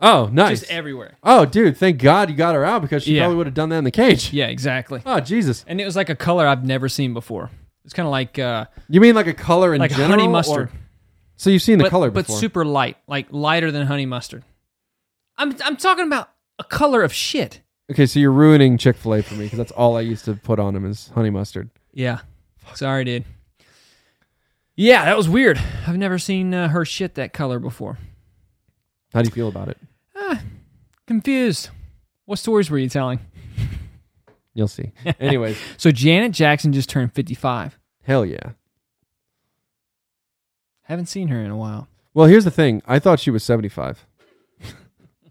Speaker 1: oh nice
Speaker 2: just everywhere.
Speaker 1: Oh, dude, thank God you got her out because she
Speaker 2: Yeah.
Speaker 1: probably would have done that in the cage. (laughs)
Speaker 2: Yeah, exactly.
Speaker 1: Oh, Jesus.
Speaker 2: And it was like a color I've never seen before. It's kind of like uh,
Speaker 1: You mean like a color in
Speaker 2: like
Speaker 1: general?
Speaker 2: honey
Speaker 1: or-
Speaker 2: mustard,
Speaker 1: So you've seen the
Speaker 2: but,
Speaker 1: color
Speaker 2: but
Speaker 1: before.
Speaker 2: super light, like lighter than honey mustard. I'm I'm talking about a color of shit.
Speaker 1: okay, so you're ruining Chick fil A for me because that's all I used to put on him is honey mustard.
Speaker 2: Yeah, sorry, dude. Yeah, that was weird. I've never seen uh, her shit that color before.
Speaker 1: How do you feel about it?
Speaker 2: Confused. What stories were you telling?
Speaker 1: You'll
Speaker 2: (laughs)
Speaker 1: see. Anyways,
Speaker 2: So Janet Jackson just turned 55.
Speaker 1: hell yeah.
Speaker 2: Haven't seen her in a while.
Speaker 1: Well, here's the thing I thought she was 75. (laughs)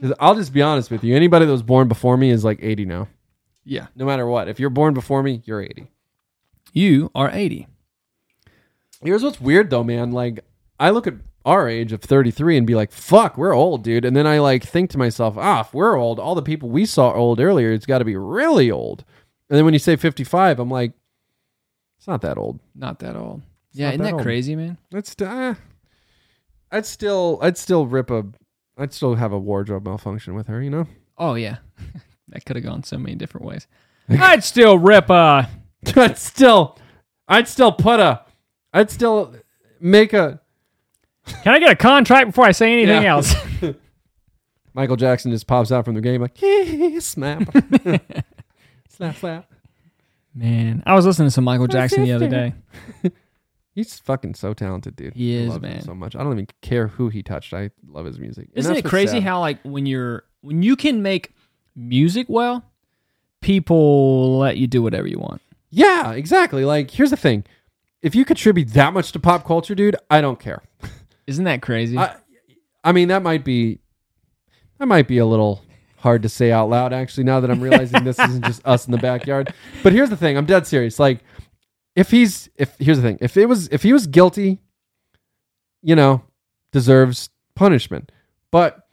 Speaker 1: 'Cause I'll just be honest with you. Anybody that was born before me is like 80 now.
Speaker 2: Yeah.
Speaker 1: No matter what. If you're born before me, you're 80.
Speaker 2: You are 80.
Speaker 1: Here's what's weird though, man. Like I look at our age of 33 and be like, "Fuck, we're old, dude." And then I like think to myself, "Ah, if we're old. All the people we saw old earlier, it's got to be really old." And then when you say 55, I'm like, "It's not that old."
Speaker 2: Not that old. yeah,
Speaker 1: not
Speaker 2: isn't
Speaker 1: that
Speaker 2: that
Speaker 1: old.
Speaker 2: crazy, man?
Speaker 1: That's uh, I'd still I'd still rip a I'd still have a wardrobe malfunction with her, you know? (laughs)
Speaker 2: Oh yeah. (laughs) that could have gone so many different ways.
Speaker 3: (laughs) I'd still rip uh, a.
Speaker 1: I'd still I'd still put a I'd still make a
Speaker 3: Can I get a contract before I say anything
Speaker 1: Yeah.
Speaker 2: (laughs)
Speaker 3: else?
Speaker 1: Michael Jackson just pops out from the game like, (laughs) snap. (laughs) slap slap.
Speaker 2: Man, I was listening to some Michael Jackson the other day.
Speaker 1: He's fucking so talented, dude.
Speaker 2: He
Speaker 1: I
Speaker 2: is,
Speaker 1: love
Speaker 2: man.
Speaker 1: Him so much. I don't even care who he touched. I love his music. And
Speaker 2: Isn't
Speaker 1: that's
Speaker 2: it
Speaker 1: what's
Speaker 2: crazy
Speaker 1: sad.
Speaker 2: how like when you're when you can make music well, people let you do whatever you want.
Speaker 1: Yeah, exactly. Like, here's the thing: if you contribute that much to pop culture, dude, I don't care.
Speaker 2: Isn't that crazy?
Speaker 1: I, I mean, that might be, that might be a little hard to say out loud. Actually, now that I'm realizing this isn't just us in the backyard. But here's the thing: I'm dead serious. Like, if he's if here's the thing: if it was if he was guilty, you know, deserves punishment. But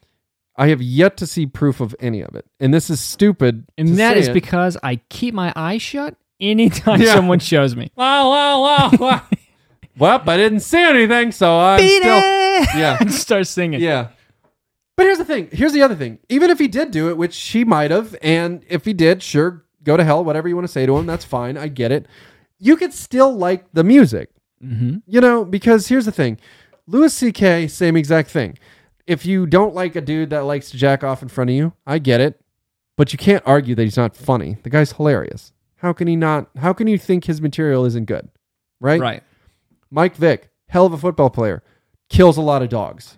Speaker 1: I have yet to see proof of any of it. And this is stupid. to
Speaker 2: And that
Speaker 1: say
Speaker 2: is
Speaker 1: it.
Speaker 2: because I keep my eyes shut anytime
Speaker 1: Yeah.
Speaker 2: someone shows me.
Speaker 1: Wow, wow, wow,
Speaker 2: (laughs)
Speaker 1: wow. well, I didn't see anything, so I'm
Speaker 2: Beat
Speaker 1: still.
Speaker 2: it!
Speaker 1: Yeah.
Speaker 2: (laughs) I just start singing.
Speaker 1: Yeah. But here's the thing. Here's the other thing. Even if he did do it, which he might have, and if he did, sure, go to hell, whatever you want to say to him, that's fine. I get it. You could still like the music.
Speaker 2: Mm-hmm.
Speaker 1: You know, because here's the thing. Louis C.K., same exact thing. If you don't like a dude that likes to jack off in front of you, I get it. But you can't argue that he's not funny. The guy's hilarious. How can he not? How can you think his material isn't good? Right?
Speaker 2: Right.
Speaker 1: Mike Vick, hell of a football player, kills a lot of dogs.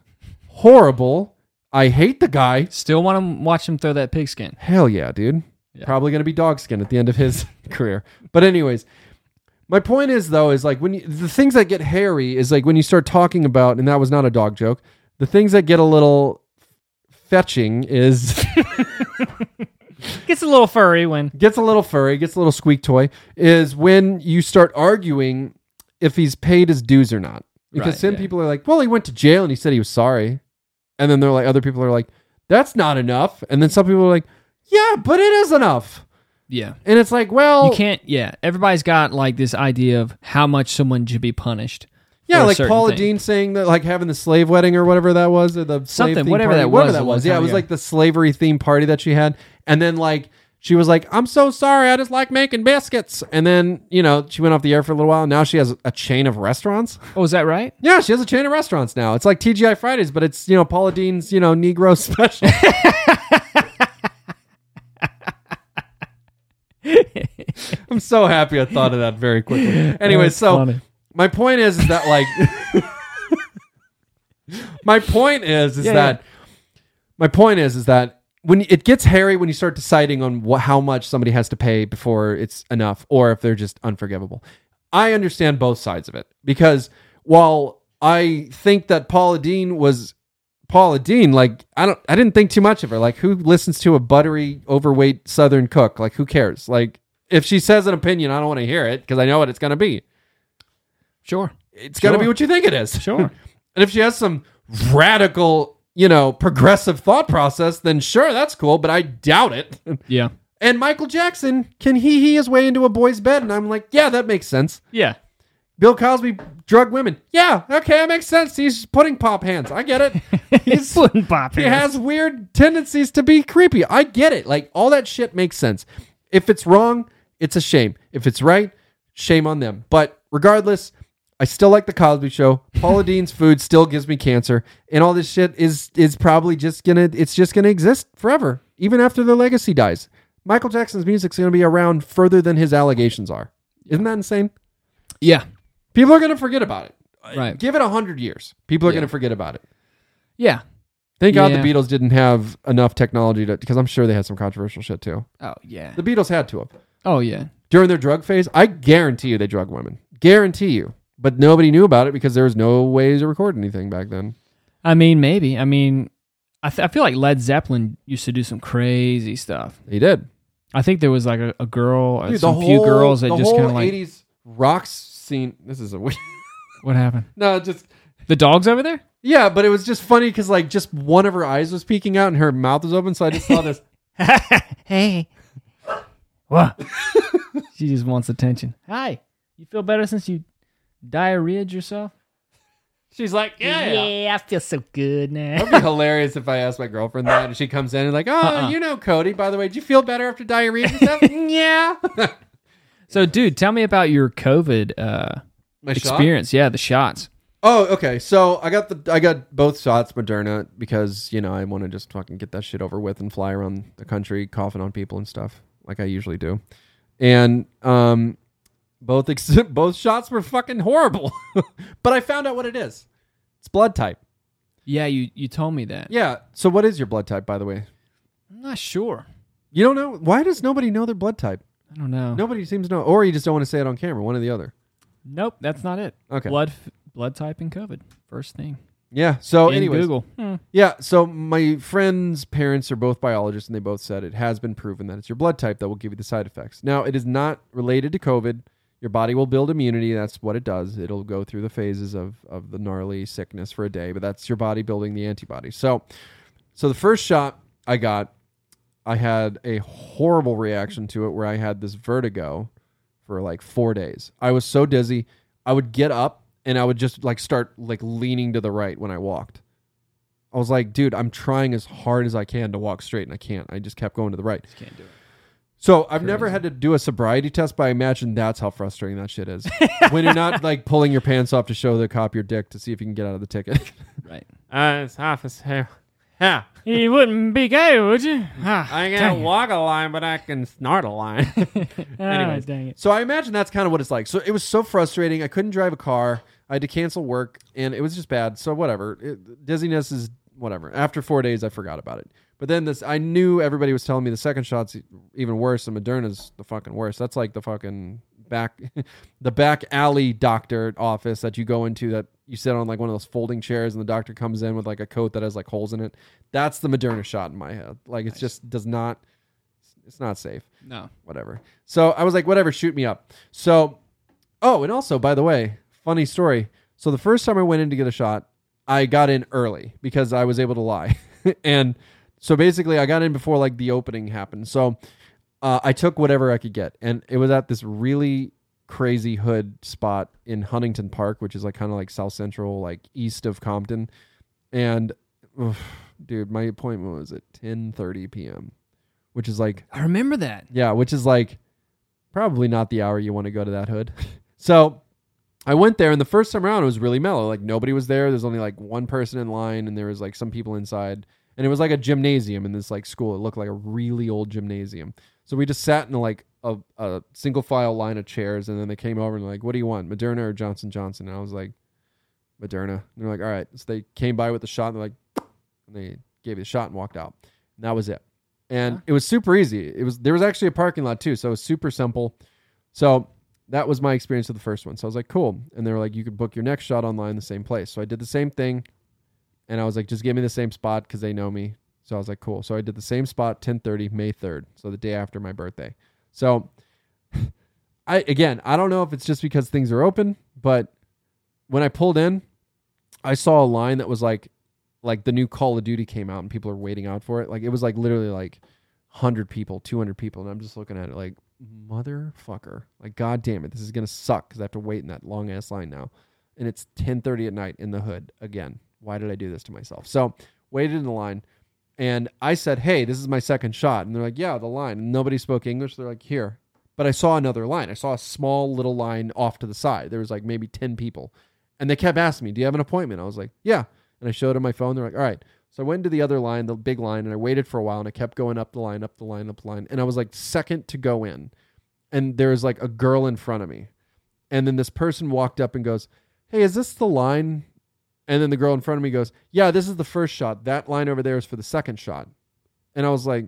Speaker 1: Horrible. I hate the guy.
Speaker 2: Still want to watch him throw that pigskin.
Speaker 1: Hell yeah, dude.
Speaker 2: Yeah.
Speaker 1: Probably going to be dog skin at the end of his (laughs) career. But anyways, my point is though is like when you, the things that get hairy is like when you start talking about and that was not a dog joke. The things that get a little fetching is
Speaker 3: Gets a little furry when
Speaker 1: gets a little furry, gets a little squeak toy, is when you start arguing if he's paid his dues or not. Because
Speaker 2: Right,
Speaker 1: then
Speaker 2: yeah.
Speaker 1: people are like, well, he went to jail and he said he was sorry. And then they're like, other people are like, that's not enough. And then some people are like, yeah, but it is enough.
Speaker 2: Yeah.
Speaker 1: And it's like, well,
Speaker 2: You can't, yeah. Everybody's got like this idea of how much someone should be punished.
Speaker 1: yeah,
Speaker 2: for a
Speaker 1: like
Speaker 2: certain
Speaker 1: Paula
Speaker 2: thing.
Speaker 1: Dean saying that, like having the slave wedding or whatever that was, or the slave
Speaker 2: Something,
Speaker 1: theme
Speaker 2: whatever
Speaker 1: party,
Speaker 2: that
Speaker 1: whatever
Speaker 2: was
Speaker 1: that
Speaker 2: a long
Speaker 1: was. Yeah,
Speaker 2: time
Speaker 1: it was
Speaker 2: ago.
Speaker 1: like the slavery theme party that she had. And then like she was like, "I'm so sorry, I just like making biscuits." And then you know she went off the air for a little while. And now she has a chain of restaurants.
Speaker 2: Oh, is that
Speaker 3: (laughs)
Speaker 2: right?
Speaker 1: Yeah, she has a chain of restaurants now. It's like TGI Fridays, but it's you know Paula Dean's you know Negro special. I'm so happy I thought of that very quickly. Anyway,
Speaker 3: That's
Speaker 1: so
Speaker 3: funny.
Speaker 1: my point is, is that like (laughs) my point is is
Speaker 2: Yeah,
Speaker 1: that my point is is that when it gets hairy when you start deciding on what, how much somebody has to pay before it's enough or if they're just unforgivable i understand both sides of it because while i think that paula dean was paula dean like i don't i didn't think too much of her like who listens to a buttery overweight southern cook like who cares like if she says an opinion i don't want to hear it because i know what it's going to be
Speaker 2: Sure.
Speaker 1: it's going to
Speaker 3: Sure.
Speaker 1: be what you think it is
Speaker 3: sure.
Speaker 1: (laughs) and if she has some radical, you know, progressive thought process, then sure, that's cool, but I doubt it. (laughs)
Speaker 2: Yeah.
Speaker 1: And Michael Jackson can he he his way into a boy's bed, and I'm like, yeah, that makes sense.
Speaker 3: Yeah.
Speaker 1: Bill Cosby drug women, yeah, okay, that makes sense. He's putting pop hands, I get
Speaker 3: (laughs)
Speaker 1: it. He's
Speaker 3: Splitting pop
Speaker 1: he
Speaker 3: here.
Speaker 1: has weird tendencies to be creepy. I get it. Like all that shit makes sense. If it's wrong, it's a shame. If it's right, shame on them. But regardless, I still like the Cosby Show. Paula Dean's food still gives me cancer, and all this shit is is probably just gonna it's just gonna exist forever, even after their legacy dies. Michael Jackson's music's gonna be around further than his allegations are. Isn't that insane?
Speaker 2: Yeah.
Speaker 1: People are gonna forget about it.
Speaker 2: Right.
Speaker 1: Give it a hundred years. People are
Speaker 2: Yeah.
Speaker 1: gonna forget about it.
Speaker 2: Yeah.
Speaker 1: Thank God
Speaker 2: Yeah.
Speaker 1: the Beatles didn't have enough technology to, because I'm sure they had some controversial shit too.
Speaker 2: Oh, yeah.
Speaker 1: The Beatles had to have.
Speaker 2: Oh, yeah.
Speaker 1: During their drug phase, I guarantee you they drug women. Guarantee you. But nobody knew about it because there was no way to record anything back then.
Speaker 2: I mean, maybe. I mean, I, th- I feel like Led Zeppelin used to do some crazy stuff.
Speaker 1: They did.
Speaker 2: I think there was like a, a girl, uh
Speaker 1: Dude,
Speaker 2: some few girls that
Speaker 1: the
Speaker 2: just
Speaker 1: whole
Speaker 2: kind of like,
Speaker 1: 80s rock scene. This is a weird. (laughs)
Speaker 2: what happened?
Speaker 1: no, just.
Speaker 2: The dog's over there?
Speaker 1: Yeah, but it was just funny because like just one of her eyes was peeking out and her mouth was open. So I just saw this. (laughs)
Speaker 2: hey. What? (laughs) she just wants attention. Hi. You feel better since you diarrheaed yourself?
Speaker 3: She's like, yeah, yeah.
Speaker 2: I feel so good now.
Speaker 1: That'd be hilarious if I asked my girlfriend that and she comes in and like, oh,
Speaker 2: Uh-uh.
Speaker 1: you know, Cody. By the way, did you feel better after diarrhea and
Speaker 2: (laughs)
Speaker 1: stuff? yeah.
Speaker 2: So, dude, tell me about your COVID uh,
Speaker 1: My shot?
Speaker 2: experience. Yeah, the shots.
Speaker 1: Oh, okay. So I got the I got both shots Moderna because you know I want to just fucking get that shit over with and fly around the country coughing on people and stuff like I usually do, and um, both ex- (laughs) both shots were fucking horrible, (laughs) but I found out what it is. It's blood type.
Speaker 2: Yeah, you, you told me that.
Speaker 1: Yeah. So what is your blood type, by the way?
Speaker 2: I'm not sure.
Speaker 1: You don't know? Why does nobody know their blood type?
Speaker 2: I don't know.
Speaker 1: Nobody seems to know, or you just don't want to say it on camera. One or the other.
Speaker 2: Nope, that's not it.
Speaker 1: Okay.
Speaker 2: Blood f- blood type and COVID. First thing.
Speaker 1: Yeah. So
Speaker 2: In
Speaker 1: anyways,
Speaker 2: Google. Hmm.
Speaker 1: Yeah, so my friend's parents are both biologists, and they both said it has been proven that it's your blood type that will give you the side effects. Now, it is not related to COVID. Your body will build immunity. That's what it does. It'll go through the phases of of the gnarly sickness for a day, but that's your body building the antibodies. So, so the first shot I got, I had a horrible reaction to it where I had this vertigo for like four days. I was so dizzy. I would get up and I would just like start like leaning to the right when I walked. I was like, dude, I'm trying as hard as I can to walk straight and I can't. I just kept going to the right.
Speaker 2: Can't do it.
Speaker 1: So I've never had to do a sobriety test, but I imagine that's how frustrating that shit is. when you're not like pulling your pants off to show the cop your dick to see if you can get out of the ticket. (laughs)
Speaker 2: Right.
Speaker 3: Uh, it's officer. Yeah.
Speaker 2: (laughs) You wouldn't be gay, would you? Ah,
Speaker 3: I
Speaker 2: dang
Speaker 3: can't
Speaker 2: it.
Speaker 3: walk a line, but I can snort
Speaker 2: (laughs)
Speaker 3: a line. (laughs)
Speaker 2: Ah,
Speaker 3: anyways.
Speaker 2: dang it.
Speaker 1: so I imagine that's kind of what it's like. So it was so frustrating. I couldn't drive a car. I had to cancel work and it was just bad. So whatever. It, dizziness is whatever. After four days, I forgot about it. But then this, I knew everybody was telling me the second shot's e- even worse. And Moderna's the fucking worst. That's like the fucking back, (laughs) the back alley doctor office that you go into that you sit on like one of those folding chairs and the doctor comes in with like a coat that has like holes in it. That's the Moderna shot in my head. Like it's just does not, it's not safe
Speaker 2: No.
Speaker 1: whatever. So I was like, whatever, shoot me up. So, oh, and also, by the way, funny story. So the first time I went in to get a shot, I got in early because I was able to lie. (laughs) and so basically, I got in before like the opening happened. So uh, I took whatever I could get. And it was at this really crazy hood spot in Huntington Park, which is like kind of like South Central, like east of Compton. And, oof, dude, my appointment was at 10.30 p.m., which is like
Speaker 2: I remember that.
Speaker 1: yeah, which is like probably not the hour you want to go to that hood. (laughs) so I went there, and the first time around it was really mellow. Like nobody was there. There's only like one person in line, and there was like some people inside. And it was like a gymnasium in this like school. It looked like a really old gymnasium. So we just sat in like a, a single file line of chairs, and then they came over and like, "What do you want, Moderna or Johnson Johnson?" And I was like, "Moderna." And they're like, "All right." So they came by with the shot, and they're like, and they gave me the shot and walked out. And that was it. And
Speaker 2: Huh.
Speaker 1: it was super easy. It was there was actually a parking lot too, so it was super simple. So that was my experience with the first one. So I was like, cool. And they were like, you could book your next shot online the same place. So I did the same thing. And I was like, just give me the same spot because they know me. So I was like, cool. So I did the same spot, 1030, May 3rd. So the day after my birthday. So (laughs) I again, I don't know if it's just because things are open, but when I pulled in, I saw a line that was like like the new Call of Duty came out and people are waiting out for it. Like it was like literally like 100 people, 200 people and I'm just looking at it like motherfucker. Like god damn it, this is going to suck cuz I have to wait in that long ass line now. And it's 10:30 at night in the hood again. Why did I do this to myself? So, waited in the line and I said, "Hey, this is my second shot." And they're like, "Yeah, the line." And nobody spoke English. They're like, "Here." But I saw another line. I saw a small little line off to the side. There was like maybe 10 people. And they kept asking me, "Do you have an appointment?" I was like, "Yeah." And I showed them my phone. They're like, "All right." So I went to the other line, the big line, and I waited for a while and I kept going up the line, up the line, up the line. And I was like second to go in. And there was like a girl in front of me. And then this person walked up and goes, "Hey, is this the line and then the girl in front of me goes, Yeah, this is the first shot. That line over there is for the second shot. And I was like,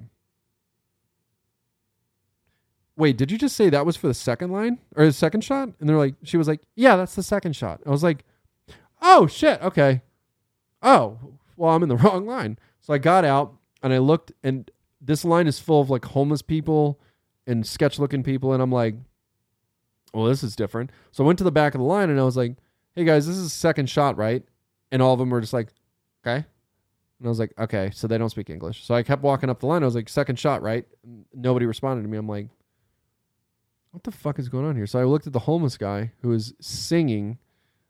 Speaker 1: Wait, did you just say that was for the second line or the second shot? And they're like, She was like, Yeah, that's the second shot. I was like, Oh, shit. Okay. Oh, well, I'm in the (laughs) wrong line. So I got out and I looked, and this line is full of like homeless people and sketch looking people. And I'm like, Well, this is different. So I went to the back of the line and I was like, Hey guys, this is the second shot, right? and all of them were just like, okay. And I was like, okay, so they don't speak English. So I kept walking up the line. I was like, second shot, right? And Nobody responded to me. I'm like, what the fuck is going on here? So I looked at the homeless guy who was singing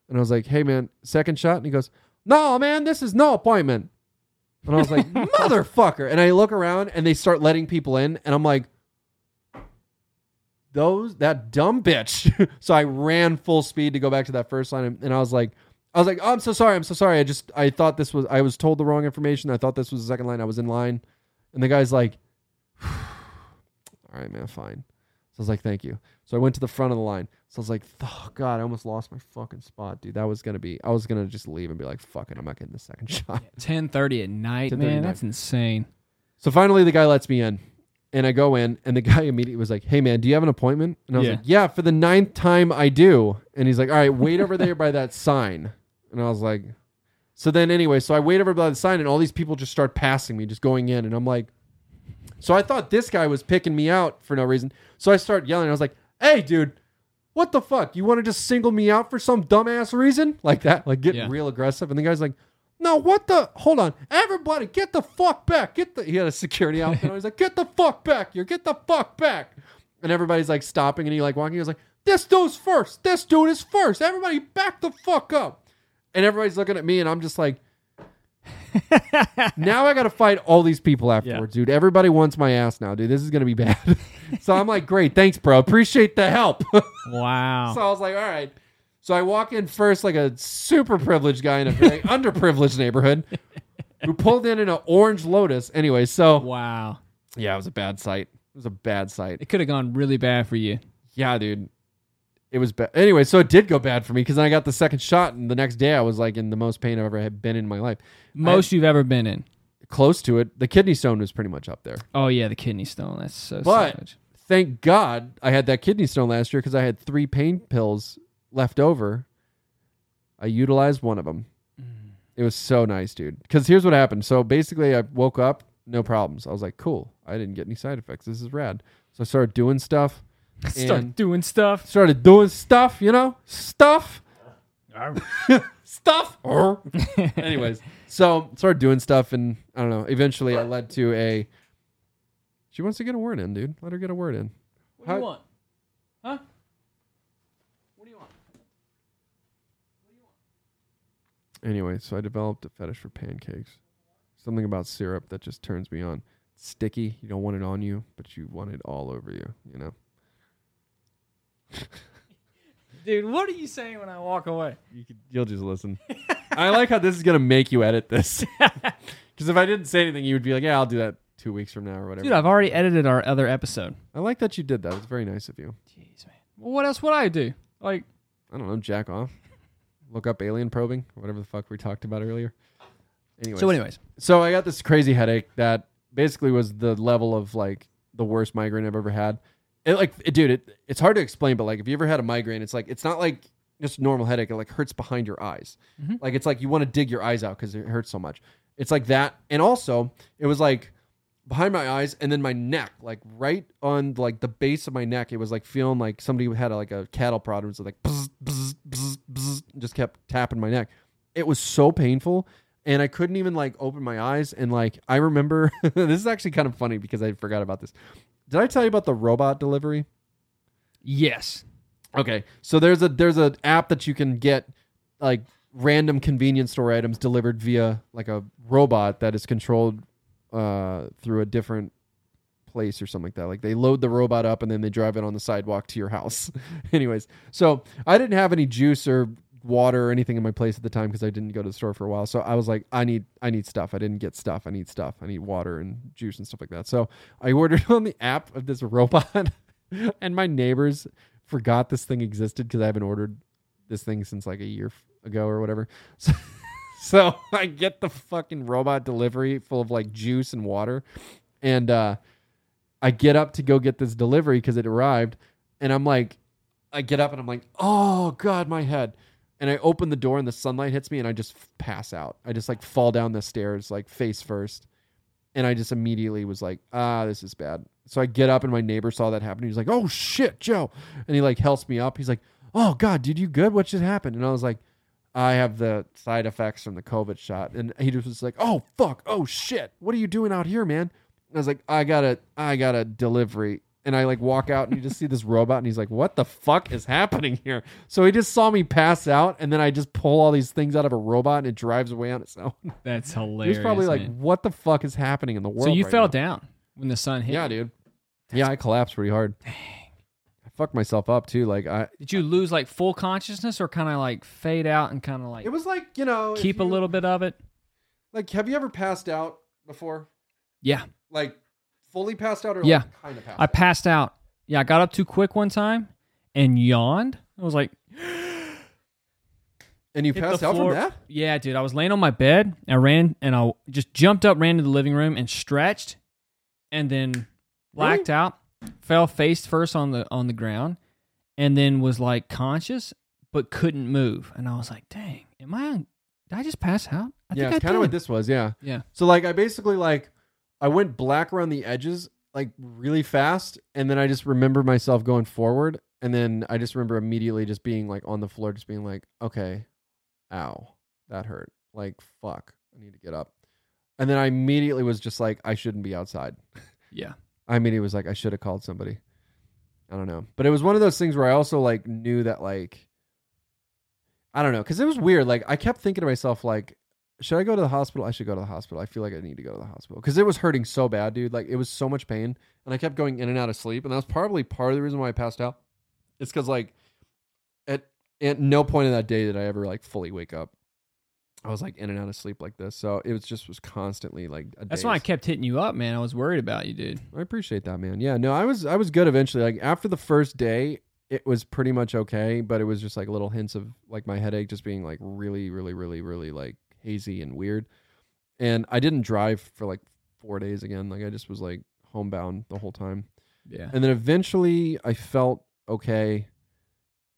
Speaker 1: and I was like, hey, man, second shot? And he goes, no, man, this is no appointment. And I was like, motherfucker. And I look around and they start letting people in. And I'm like, those, that dumb bitch. (laughs) so I ran full speed to go back to that first line. And I was like, I was like, oh, I'm so sorry. I'm so sorry. I just, I thought this was, I was told the wrong information. I thought this was the second line. I was in line. And the guy's like, (sighs) all right, man, fine. So I was like, thank you. So I went to the front of the line. So I was like, oh, God, I almost lost my fucking spot, dude. That was going to be, I was going to just leave and be like, fuck it. I'm not getting the second (laughs) shot.
Speaker 2: Ten thirty at
Speaker 1: 10:30
Speaker 2: night,
Speaker 1: at
Speaker 2: man.
Speaker 1: night.
Speaker 2: That's insane.
Speaker 1: So finally, the guy lets me in, and I go in, and the (laughs) guy immediately was like, "Hey, man, do you have an appointment?" And I was
Speaker 2: Yeah.
Speaker 1: like, "Yeah, for the ninth time, I do." And he's like, "All right, wait over there by that sign." And I was like, "So then, anyway, so I wait over by the sign, and all these people just start passing me, just going in, and I'm like, so I thought this guy was picking me out for no reason. So I start yelling. I was like, "Hey, dude, what the fuck? You want to just single me out for some dumbass reason? Like that, like getting
Speaker 2: Yeah.
Speaker 1: real aggressive. And the guy's like, no, what the? Hold on. Everybody, get the fuck back. Get the, he had a security outfit. on. He's like, get the fuck back here. Get the fuck back. And everybody's like stopping and he like walking. He was like, this dude's first. This dude is first. Everybody back the fuck up. And everybody's looking at me and I'm just like, now I got to fight all these people afterwards, dude. Everybody wants my ass now, dude. This is going to be bad. (laughs) so I'm like, great. Thanks, bro. Appreciate the help. (laughs)
Speaker 2: Wow.
Speaker 1: So I was like, all right. So I walk in first, like a super privileged guy in a very underprivileged neighborhood, who pulled in in an orange Lotus. Anyway, so
Speaker 2: wow.
Speaker 1: yeah, it was a bad sight. It was a bad sight.
Speaker 2: It could have gone really bad for you.
Speaker 1: Yeah, dude, it was bad. Anyway, so it did go bad for me because I got the second shot, and the next day I was like in the most pain I've ever had been in my life.
Speaker 2: Most you've ever been in.
Speaker 1: Close to it, the kidney stone was pretty much up there.
Speaker 2: Oh yeah, the kidney stone. That's so
Speaker 1: But-
Speaker 2: savage.
Speaker 1: thank God I had that kidney stone last year because I had three pain pills left over. I utilized one of them. It was so nice, dude. Because here's what happened. So basically, I woke up, no problems. I was like, cool. I didn't get any side effects. This is rad. So I started doing stuff.
Speaker 2: Start
Speaker 1: and-
Speaker 2: doing stuff.
Speaker 1: Started doing stuff, you know, stuff, (laughs) stuff.
Speaker 2: (laughs)
Speaker 1: Anyways, so started doing stuff, and I don't know. Eventually, I led to a. She wants to get a word in, dude. Let her get a word in.
Speaker 2: What
Speaker 1: do you How-
Speaker 2: want? Huh? What do you want?
Speaker 1: Anyway, so I developed a fetish for pancakes. Something about syrup that just turns me on. Sticky, you don't want it on you, but you want it all over you, you know?
Speaker 2: Dude, what are you saying when I walk away?
Speaker 1: You could, you'll just listen. I like how this is going to make you edit
Speaker 2: (laughs)
Speaker 1: this. Because if I didn't say anything, you would be like, yeah, I'll do that two weeks from now or whatever.
Speaker 2: Dude, I've already edited our other episode.
Speaker 1: I like that you did that. It's very nice of you.
Speaker 2: Jeez, man. Well, what else would I do? Like,
Speaker 1: I don't know, jack off. Look up alien probing, whatever the fuck we talked about earlier. Anyway,
Speaker 2: so anyways.
Speaker 1: so I got this crazy headache that basically was the level of like the worst migraine I've ever had. It like, it- dude, it, it's hard to explain, but like if you ever had a migraine, it's like it's not like just a normal headache. It like hurts behind your eyes.
Speaker 2: Mhm.
Speaker 1: Like it's like you want to dig your eyes out because it hurts so much. It's like that, and also it was like behind my eyes and then my neck, like right on like the base of my neck. It was like feeling like somebody had like a cattle prod. It was like bzz, bzz, bzz, bzz, just kept tapping my neck. It was so painful and I couldn't even like open my eyes. And like I remember, (laughs) this is actually kind of funny because I forgot about this. Did I tell you about the robot delivery?
Speaker 2: Yes.
Speaker 1: Okay, so there's a there's an app that you can get like random convenience store items delivered via like a robot that is controlled uh, through a different place or something like that. Like they load the robot up and then they drive it on the sidewalk to your house. (laughs) Anyways, so I didn't have any juice or water or anything in my place at the time because I didn't go to the store for a while. So I was like, I need I need stuff. I didn't get stuff. I need stuff. I need water and juice and stuff like that. So I (laughs) ordered on the app of this robot, (laughs) and my neighbors forgot this thing existed because I haven't ordered this thing since like a year f- ago or whatever. (laughs) So, so (laughs) I get the fucking robot delivery full of like juice and water, and uh, I get up to go get this delivery because it arrived, and I'm like, I get up and I'm like, oh god, my head. And I open the door and the sunlight hits me and I just f- pass out. I just like fall down the stairs like face first. And I just immediately was like, ah, this is bad. So I get up and my neighbor saw that happen. He's like, oh shit, Joe. And he like helps me up. He's like, oh God, dude, you good? What just happened? And I was like, I have the side effects from the COVID shot. And he just was like, oh fuck, oh shit, what are you doing out here, man? And I was like, I got a, I got a delivery. And I like walk out and you just see this (laughs) robot and he's like, what the fuck is happening here? So he just saw me pass out and then I just pull all these things out of a robot and it drives away on its own.
Speaker 2: That's
Speaker 1: He
Speaker 2: hilarious.
Speaker 1: was probably like,
Speaker 2: man.
Speaker 1: what the fuck is happening in the world?
Speaker 2: so you
Speaker 1: right
Speaker 2: fell
Speaker 1: now?
Speaker 2: down when the sun hit.
Speaker 1: Yeah,
Speaker 2: you.
Speaker 1: dude. yeah, I collapsed pretty hard. Dang. I fucked myself up too. Like I,
Speaker 2: Did you lose like full consciousness or kind of like fade out and kind of like
Speaker 1: it was like you know, if
Speaker 2: keep a
Speaker 1: you-
Speaker 2: little bit of it?
Speaker 1: Like, have you ever passed out before?
Speaker 2: Yeah.
Speaker 1: Like, fully passed out or
Speaker 2: Yeah.
Speaker 1: like kind of passed.
Speaker 2: I
Speaker 1: out?
Speaker 2: passed out. Yeah, I got up too quick one time and yawned. I was like,
Speaker 1: and you
Speaker 2: hit the
Speaker 1: passed out
Speaker 2: floor.
Speaker 1: from that.
Speaker 2: yeah, dude. I was laying on my bed. I ran and I just jumped up, ran to the living room and stretched and then blacked out, fell face first on the on the ground and then was like conscious but couldn't move. And I was like, "Dang, am I did I just pass out?" I
Speaker 1: yeah,
Speaker 2: I
Speaker 1: kind of what
Speaker 2: did.
Speaker 1: this was. Yeah.
Speaker 2: Yeah.
Speaker 1: So like, I basically like, I went black around the edges like really fast, and then I just remember myself going forward, And then I just remember immediately just being like on the floor, just being like, okay, ow, that hurt. Like, fuck, I need to get up. And then I immediately was just like, I shouldn't be outside.
Speaker 2: Yeah.
Speaker 1: I mean, it was like I should have called somebody. I don't know, but it was one of those things where I also like knew that like I don't know because it was weird. Like I kept thinking to myself like, should I go to the hospital? I should go to the hospital. I feel like I need to go to the hospital because it was hurting so bad, dude. Like it was so much pain, and I kept going in and out of sleep, and that was probably part of the reason why I passed out. It's because like at at no point in that day did I ever like fully wake up. I was like in and out of sleep like this, so it was just was constantly like. A
Speaker 2: That's why I
Speaker 1: daze.
Speaker 2: kept hitting you up, man. I was worried about you, dude.
Speaker 1: I appreciate that, man. Yeah, no, I was I was good eventually. Like after the first day, it was pretty much okay, but it was just like little hints of like my headache just being like really, really, really, really like hazy and weird. And I didn't drive for like four days again. Like I just was like homebound the whole time.
Speaker 2: Yeah.
Speaker 1: And then eventually I felt okay,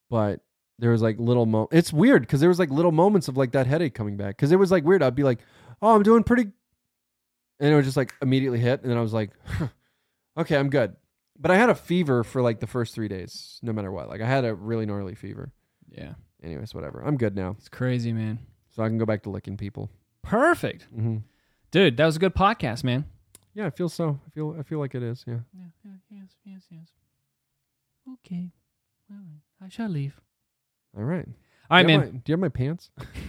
Speaker 1: but there was like little mo it's weird because there was like little moments of like that headache coming back. Cause it was like weird. I'd be like, Oh, I'm doing pretty and it was just like immediately hit, and then I was like, (laughs) Okay, I'm good. But I had a fever for like the first three days, no matter what. Like I had a really gnarly fever.
Speaker 2: Yeah.
Speaker 1: Anyways, whatever. I'm good now.
Speaker 2: It's crazy, man.
Speaker 1: So I can go back to licking people.
Speaker 2: Perfect.
Speaker 1: hmm
Speaker 2: Dude, that was a good podcast, man.
Speaker 1: Yeah, I feel so. I feel I feel like it is, yeah.
Speaker 2: Yeah, yeah, yes, yes, yes. Okay. All right. I shall leave.
Speaker 1: All right.
Speaker 2: All right,
Speaker 1: Do you
Speaker 2: man.
Speaker 1: have my- do you have my pants?